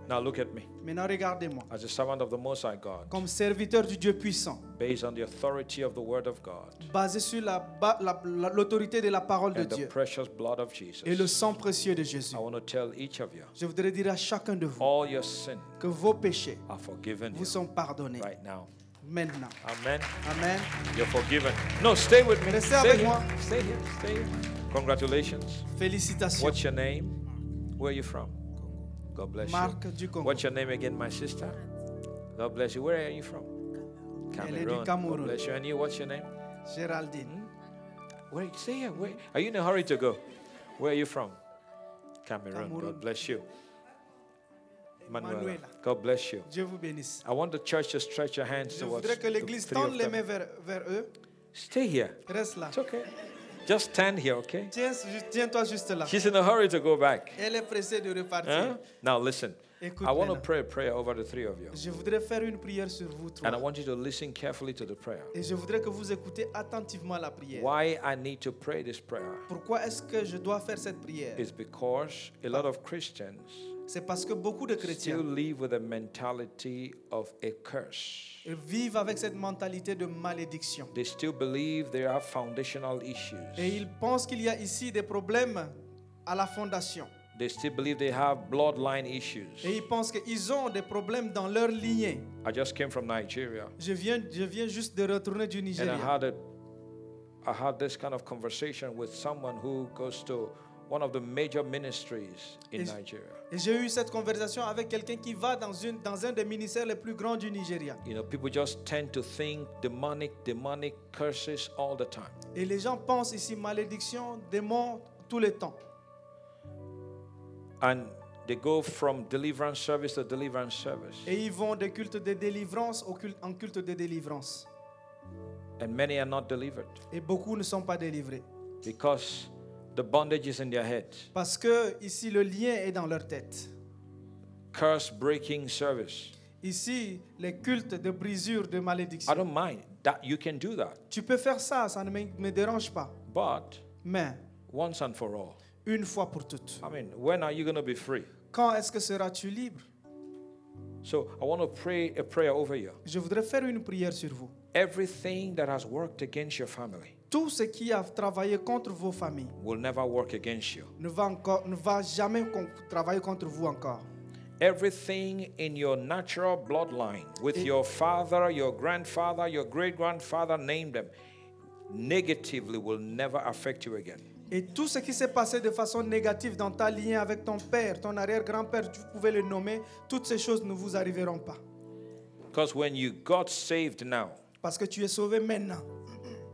Now look at me.
Maintenant, regardez-moi.
As a servant of the Most High God,
Comme serviteur du Dieu puissant,
based on the authority of the Word of God
basé sur la ba- la- la- l'autorité de la parole de
and the
Dieu
precious blood of
et le
Jesus,
sang précieux de Jésus,
I want to tell each of you
je voudrais dire à chacun de vous
all your sins
que vos péchés
are forgiven
vous
you
sont pardonnés
right now.
maintenant.
Amen.
Amen.
You're forgiven. No, stay with me.
Restez
Stay
avec
here.
moi.
Stay here. Stay here. Congratulations.
Félicitations.
What's your name? Where are you from? God bless
Marc
you.
du Congo.
What's your name again, my sister? God bless you. Where are you from?
Elle est
Cameroon.
du
God
Cameroun.
bless you. And you, what's your name?
Géraldine.
Where stay here. Where are you in a hurry to go? Where are you from? Cameroon. God
Cameroon.
bless you. Manuela.
Manuela.
God bless you.
Dieu vous bénisse.
I want the church to stretch your hands
Je
towards
voudrais que
the
l'Église
three of
tende les
them.
mains vers, vers eux.
Stay here.
Reste là.
It's okay. Just stand here, okay?
Tiens, ju- Tiens-toi juste là.
She's in a hurry to go back.
Elle est pressée de
Huh?
repartir.
Now listen.
Écoute,
I want to
Lena.
pray a prayer over the three of you.
Je voudrais faire une prière sur vous
And I
trois.
want you to listen carefully to the prayer.
Et je voudrais que vous écoutez attentivement la prière.
Why I need to pray this prayer
Pourquoi est-ce que je dois faire cette prière
is because a lot of Christians
C'est parce que beaucoup de
still
chrétiens
live with a mentality of a curse.
vivent avec cette mentalité de malédiction.
They still believe there are foundational
Et
issues.
ils pensent qu'il y a ici des problèmes à la fondation.
They still believe they have bloodline issues.
Et ils pensent qu'ils ont des problèmes dans leur lignée.
I just came from Nigeria
Je viens, je viens juste de retourner du
and I
Nigeria.
had a I had this kind of conversation with someone who goes to one of the major ministries in
Is-
Nigeria.
Et j'ai eu cette conversation avec quelqu'un qui va dans, une, dans un des ministères les plus grands du Nigeria.
You know, people just tend to think demonic, demonic curses all the time.
Et les gens pensent ici malédiction, démon, tout le temps.
And they go from deliverance service to deliverance service.
Et ils vont des cultes de délivrance au culte- en culte de délivrance.
And many are not delivered
Et beaucoup ne sont pas délivrés.
because the bondage is in their head.
Parce que ici, le lien est dans leur tête.
Curse breaking service.
Ici, les cultes de brisure, de
I
malédiction.
don't mind that you can do that.
Tu peux faire ça, ça ne me, me dérange pas.
But
Mais
once and for all,
une fois pour toutes,
I mean, when are you going to be free?
quand est-ce que seras-tu libre
So I want to pray a prayer over you.
Je voudrais faire une prière sur vous.
Everything that has worked against your family
Tout ce qui a travaillé contre vos familles
will never work against you.
ne va, encore, ne va jamais con- travailler contre vous encore.
Everything in your natural bloodline, with your father, your grandfather, your great grandfather, name them, negatively will never affect you again.
Et tout ce qui s'est passé de façon négative dans ta lignée avec ton père, ton arrière-grand-père, tu pouvais le nommer, toutes ces choses ne vous arriveront pas.
Because when you got saved now,
Parce que tu es sauvé maintenant.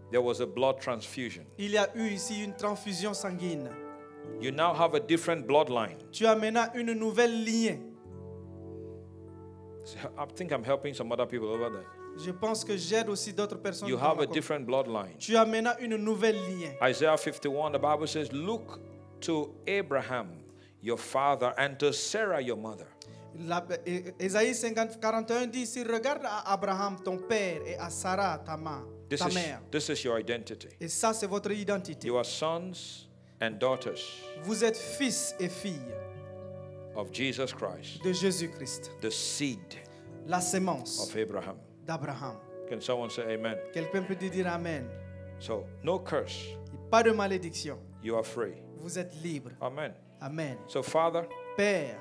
there was a blood transfusion.
Il y a eu ici une transfusion sanguine.
You now have a different bloodline.
Tu as maintenant une nouvelle lignée.
So I think I'm helping some other people over there.
Je pense que j'aide aussi d'autres personnes.
You
dans
have
ma
a
com-
different bloodline.
Tu as maintenant une nouvelle lignée.
Isaiah 51, the Bible says, Look to Abraham, your father, and to Sarah, your mother.
La- é- Ésaïe 50, 41 dit, si regarde à Abraham, ton père, et à Sarah, ta, ma-
This
ta
is,
mère.
this is your identity.
Et ça, c'est votre identité.
You are sons and daughters
Vous êtes fils et filles
of Jesus Christ,
de Jésus-Christ,
the seed
la sémence
of Abraham.
d'Abraham.
Can someone say amen?
Quelqu'un peut dire Amen.
So, no curse.
Pas de malédiction.
You are free.
Vous êtes libre.
Amen.
Amen.
So, Father,
Père,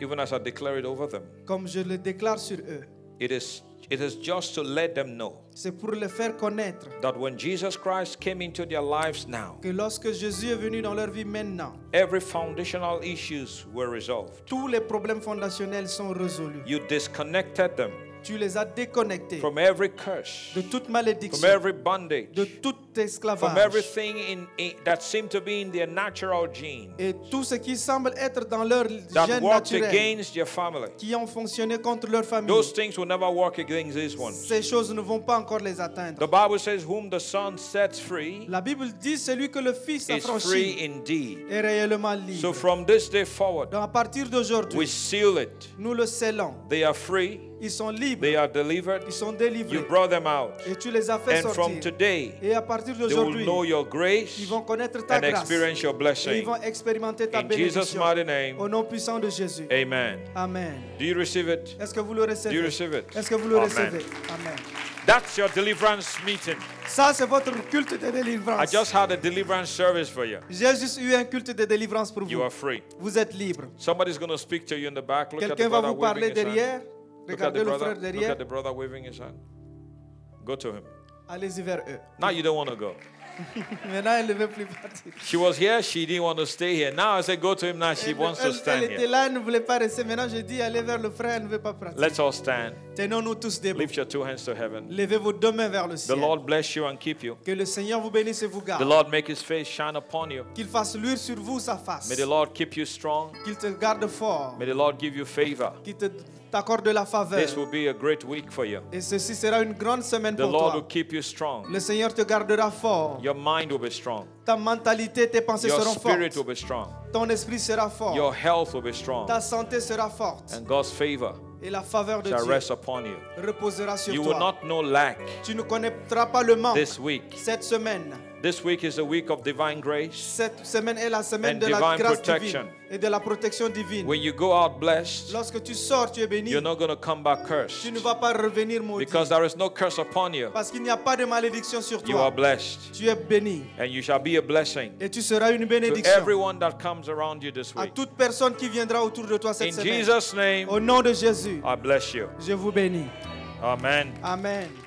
even as I declare it over them,
comme je le déclare sur eux,
it is, it is just to let them know
c'est pour les faire connaître
that when Jesus Christ came into their lives now,
que lorsque Jésus est venu dans leur vie maintenant,
every foundational issues were resolved.
tous les problèmes fondationnels sont résolus.
You disconnected them
Tu les as déconnectés
from every curse,
de toute
from
malédiction,
every bondage,
de toute
from
esclavage
everything in, in- that seemed to be in their natural gene
et tout ce qui semble être dans leur
that
gène
worked
naturel
against your family.
qui ont fonctionné contre leur famille.
Those things will never work against this one.
Ces choses ne vont pas encore les atteindre.
The Bible says, Whom the Son sets free
La Bible dit celui que le Fils
is
affranchit
free indeed.
est réellement libre.
So from this day forward,
Donc à partir
we
d'aujourd'hui,
seal it.
nous le scellons.
They are free,
Ils sont libres,
they are delivered.
ils sont
You
délivrés.
brought them out.
Et tu les as fait
And from
sortir.
today,
Et à partir
they will
d'aujourd'hui,
know your
ils
grace
vont connaître ta
and
grâce.
experience your
Et ils
blessing.
vont expérimenter ta
In Jesus'
bénédiction.
mighty name,
Au nom puissant de Jésus.
amen.
Amen.
Do you receive it?
Est-ce que vous le recevez?
Do you receive it?
Est-ce que vous le
Amen.
recevez? Amen.
That's your deliverance meeting.
Ça, c'est votre culte de
I
délivrance.
just had a deliverance service for you.
J'ai juste eu un culte de délivrance pour
You
vous.
are free.
Vous êtes libre.
Somebody's going to speak to you in the back. Look at the
Quelqu'un va
brother
vous parler
waving his hand.
derrière.
Look at,
Regardez
the
le
brother,
frère
look at
derrière.
the brother waving his hand. Go to him.
Allez-y vers eux.
Now you don't want to go.
Maintenant, elle ne veut plus partir.
She was here. She didn't want to stay here. Now I say go to him. Now she
Elle,
wants to
elle- elle
stand
était
here.
là, elle ne voulait pas rester. Maintenant, je dis, allez vers le frère, elle ne veut pas partir.
Let's all stand.
Tenons-nous tous debout.
Lift your two hands to heaven.
Levez vos deux mains vers le
The
ciel.
Lord bless you and keep you.
Que le Seigneur vous bénisse et vous
The
garde.
Lord make his face shine upon you.
Qu'il fasse luire sur vous sa face.
May the Lord keep you strong.
Qu'il te garde fort.
May the Lord give you favor.
Qu'il te- t'accorde de la faveur.
This will be a great week for you.
Et ceci sera une grande semaine
The
pour
Lord will
toi.
keep you strong.
Le Seigneur te gardera fort.
Your mind will be strong.
Ta mentalité, tes pensées
Your
seront
spirit will
fortes.
be strong.
Ton esprit sera fort.
Your health will be strong.
Ta santé sera forte.
And God's favor
Et la faveur de
shall
Dieu
rest upon you.
reposera sur
You will
toi.
not know lack
Tu ne connaîtras pas le manque
this week.
cette semaine.
This week is a week of divine grace.
Cette semaine est la semaine
And
de la
divine
grâce
protection.
divine et de la protection divine.
When you go out blessed,
Lorsque tu sors, tu es béni.
you're not going to come back cursed
Tu ne vas pas revenir maudit.
because there is no curse upon you.
Parce qu'il n'y a pas de malédiction sur
You are
toi.
blessed
Tu es béni.
and you shall be a blessing
Et tu seras une
to
bénédiction
everyone that comes around you this
à
week.
toute personne qui viendra autour de toi cette
In
semaine.
Jesus' name,
Au nom de Jésus,
I bless you.
je vous bénis.
Amen.
Amen.